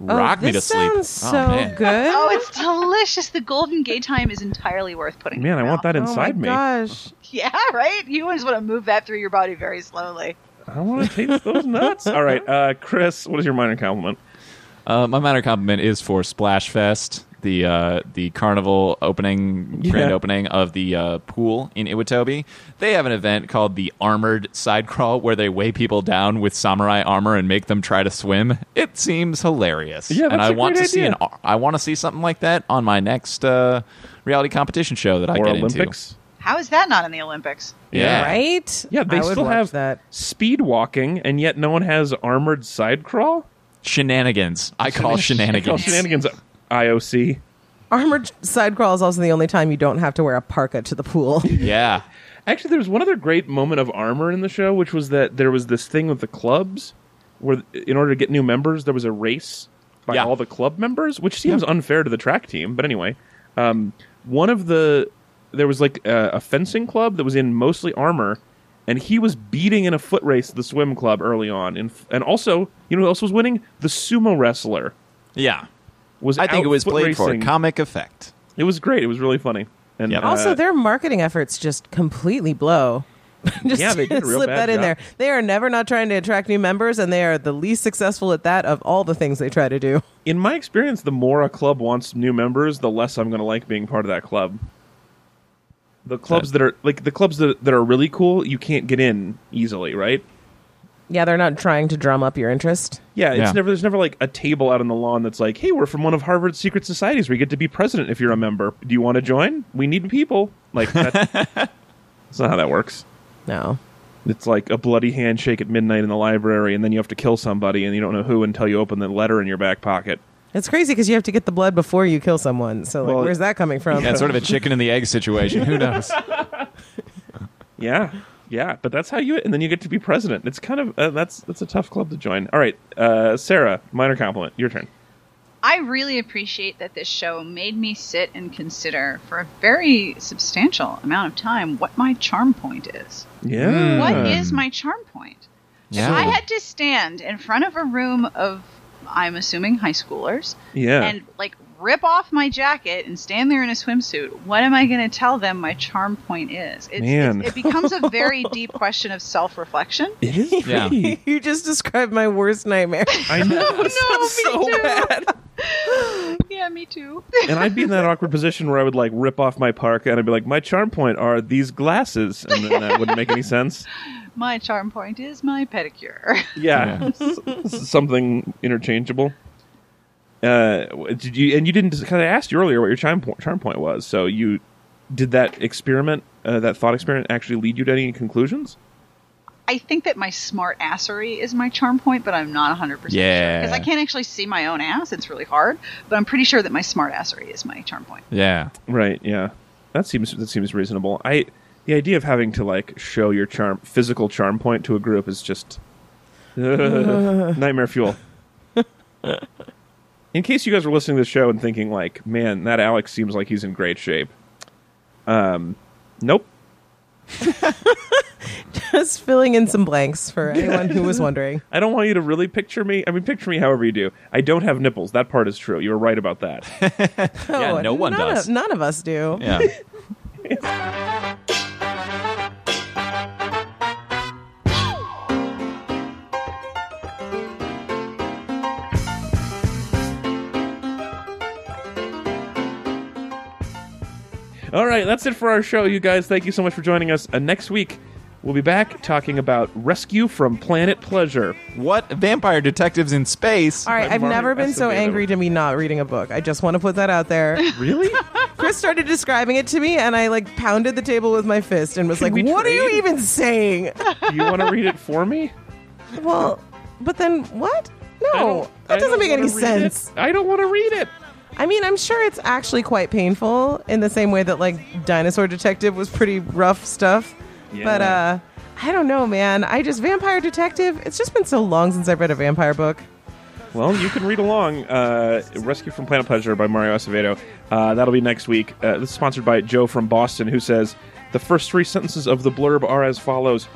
C: Rock
D: oh,
C: me
D: this
C: to sleep.
D: sounds
C: Oh,
D: so
C: man.
D: good.
B: oh it's delicious the golden gay time is entirely worth putting
A: man, I want that
D: Oh
A: inside
D: my
A: me.
D: gosh.
B: yeah right you just want to move that through your body very slowly
A: I want to taste those nuts. All right, uh, Chris, what is your minor compliment?
C: Uh, my minor compliment is for Splash Fest, the uh, the carnival opening, grand
A: Yeah.
C: opening of the uh, pool in Iwatobi. They have an event called the Armored Side Crawl, where they weigh people down with samurai armor and make them try to swim. It seems hilarious,
A: Yeah,
C: and
A: that's
C: I
A: a
C: want
A: great
C: to see an
A: idea.
C: ar- I want to see something like that on my next uh, reality competition show that I
A: or
C: get
A: Olympics?
B: how is that not in the olympics
C: into. Yeah,
D: Right?
A: Yeah, they
D: I would
A: still
D: watch
A: have
D: that.
A: speed walking, and yet no one has armored side crawl.
C: shenanigans. I call
A: I call
C: shenanigans.
A: shenanigans IOC.
D: Armored side crawl is also the only time you don't have to wear a parka to the pool.
C: Yeah,
A: Actually, there was one other great moment of armor in the show, which was that there was this thing with the clubs, where in order to get new members, there was a race by
C: Yeah.
A: all the club members, which seems unfair to the track team. But anyway, um, one of the there was like a, a fencing club that was in mostly armor, and he was beating in a foot race the swim club early on, and f- and also you know who else was winning? The sumo wrestler
C: Yeah.
A: was.
C: I think
A: out
C: it was
A: foot
C: played for
A: racing.
C: comic effect.
A: It was great. It was really funny. And
C: Yep.
A: uh,
D: Also, their marketing efforts just completely blow. just
A: Yeah, they did a real
D: slip
A: bad
D: that in
A: job.
D: there. They are never not trying to attract new members, and they are the least successful at that of all the things they try to do.
A: in my experience, the more a club wants new members, the less I'm going to like being part of that club. The clubs that are like the clubs that, that are really cool, you can't get in easily, right?
D: Yeah, they're not trying to drum up your interest.
A: Yeah, it's
C: Yeah.
A: never there's never like a table out on the lawn that's like, "Hey, we're from one of Harvard's secret societies. where you get to be president if you're a member. Do you want to join? We need people." Like that, that's not how that works.
D: No.
A: It's like a bloody handshake at midnight in the library, and then you have to kill somebody, and you don't know who until you open the letter in your back pocket.
D: It's crazy because you have to get the blood before you kill someone. So, like,
A: Well,
D: where's that coming from?
C: Yeah, it's sort of a chicken and the egg situation. Who knows?
A: Yeah, yeah, but that's how you, and then you get to be president. It's kind of uh, that's that's a tough club to join. All right, uh, Sarah, minor compliment, your turn.
B: I really appreciate that this show made me sit and consider for a very substantial amount of time what my charm point is.
A: Yeah,
B: What is my charm point?
C: Yeah.
B: I had to stand in front of a room of, I'm assuming, high schoolers
A: Yeah,
B: and like rip off my jacket and stand there in a swimsuit. What am I going to tell them my charm point is? It's, it's-
A: Man.
B: it becomes a very deep question of self reflection.
A: it is.
C: Yeah.
A: pretty.
D: you just described my worst nightmare. Oh,
A: I know.
B: no, me
D: so
B: too.
D: bad.
B: Yeah, me too.
A: and I'd be in that awkward position where I would like rip off my parka and I'd be like, my charm point are these glasses, and then that wouldn't make any sense.
B: my charm point is my pedicure.
A: Yeah, S- s- something interchangeable. Uh, did you? And you didn't because I asked you earlier what your charm point, charm point was. So you did that experiment, uh, that thought experiment, actually lead you to any conclusions?
B: I think that my smart assery is my charm point, but I'm not 100% sure.
C: Yeah.
B: Because I can't actually see my own ass. It's really hard. But I'm pretty sure that my smart assery is my charm point.
C: yeah.
A: Right. Yeah. That seems that seems reasonable. I the idea of having to like show your charm physical charm point to a group is just Ugh. nightmare fuel. in case you guys were listening to the show and thinking like, man, that Alex seems like he's in great shape. Um, nope.
D: just filling in some blanks for anyone who was wondering.
A: I don't want you to really picture me. I mean, picture me however you do. I don't have nipples. That part is true. You were right about that.
C: Yeah, no one
D: Oh, none
C: does.
D: Of, none of us do.
C: Yeah.
A: All right, that's it for our show, you guys. Thank you so much for joining us. Uh, next week, we'll be back talking about Rescue from Planet Pleasure.
C: What vampire detectives in space?
D: All right,
A: By
D: I've
A: Marvin
D: never been so
A: Acevedo.
D: angry to me not reading a book. I just want to put that out there.
A: Really?
D: Chris started describing it to me, and I like pounded the table with my fist and was
A: Should we
D: like, "What are
A: trade?"
D: you even saying?"
A: you want to read it for me?
D: well, but then what? No, that doesn't make any sense.
A: I don't want to read it.
D: I mean, I'm sure it's actually quite painful in the same way that like Dinosaur Detective was pretty rough stuff. But
A: Yeah.
D: uh I don't know, man. I just Vampire Detective, it's just been so long since I've read a vampire book.
A: Well, you can read along. Uh, Rescue from Planet Pleasure by Mario Acevedo. Uh, that'll be next week. Uh, this is sponsored by Joe from Boston, who says the first three sentences of the blurb are as follows: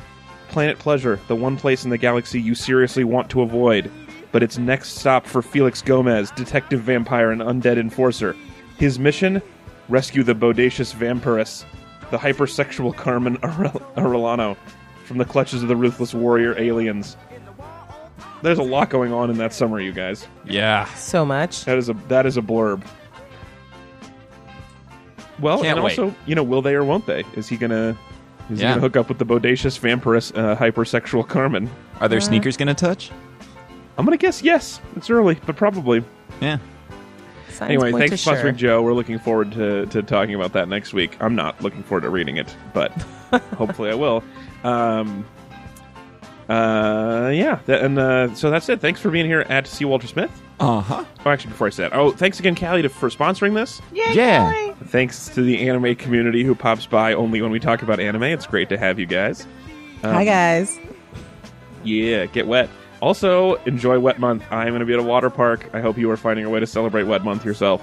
A: Planet Pleasure, the one place in the galaxy you seriously want to avoid, but it's next stop for Felix Gomez, detective vampire and undead enforcer. His mission: rescue the bodacious vampiress, the hypersexual Carmen Arel- Arellano, from the clutches of the ruthless warrior aliens. There's a lot going on in that summary, you guys.
C: Yeah.
D: So much.
A: That is a that is a blurb. Well,
C: Can't
A: and
C: wait.
A: also, you know, will they or won't they? Is he gonna is he
C: Yeah.
A: gonna hook up with the bodacious vampirous uh, hypersexual Carmen?
C: Are
A: Uh-huh.
C: their sneakers going to touch?
A: I'm gonna guess yes. It's early, but probably.
C: Yeah.
D: Signs
A: Anyway,
D: point
A: thanks
D: to
A: for
D: sure.
A: sponsoring Joe. We're looking forward to, to talking about that next week. I'm not looking forward to reading it, but hopefully I will. Um, uh, yeah, that, and uh, so that's it. Thanks for being here at C. Walter Smith.
C: Uh huh.
A: Uh-huh. Oh, actually, before I say that, oh, thanks again, Callie, to, for sponsoring this.
B: Yay,
C: Yeah.
B: Kelly!
A: Thanks to the anime community who pops by only when we talk about anime. It's great to have you guys.
D: Hi guys.
A: Yeah, get wet. Also, enjoy Wet Month. I'm going to be at a water park. I hope you are finding a way to celebrate Wet Month yourself.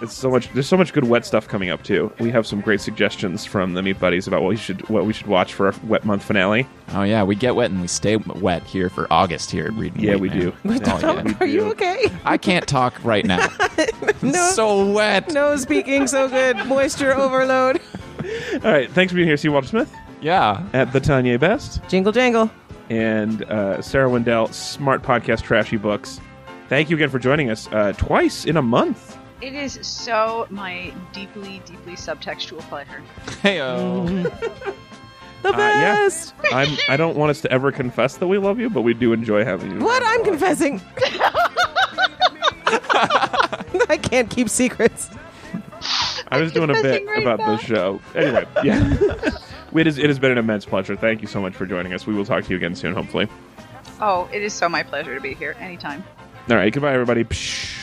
A: It's so much. There's so much good wet stuff coming up too. We have some great suggestions from the Meat Buddies about what we should what we should watch for our Wet Month finale.
C: Oh yeah, we get wet and we stay wet here for August here at Reed. and
A: Yeah,
C: Wheat,
A: we
C: man.
A: do.
C: What the
A: Oh, Yeah, we
C: fuck?
D: Are you
A: do.
D: okay?
C: I can't talk right now.
D: No.
C: so wet.
D: Nose peaking so good. Moisture overload.
A: All right. Thanks for being here, C. Walter Smith
C: Yeah.
A: at the Tanya Best
D: Jingle jangle.
A: and uh, Sarah Wendell, Smart Podcast, Trashy Books. Thank you again for joining us uh, twice in a month.
B: It is so my deeply, deeply subtextual pleasure.
C: Heyo.
D: The
A: Uh, yeah.
D: best.
A: I'm, I don't want us to ever confess that we love you, but we do enjoy having you.
D: What? I'm confessing. I can't keep secrets.
A: I was doing a bit
B: confessing right
A: about
B: now.
A: the show. Anyway, yeah. it, is, it has been an immense pleasure. Thank you so much for joining us. We will talk to you again soon, hopefully.
B: Oh, it is so my pleasure to be here anytime.
A: All right. Goodbye, everybody. Psh.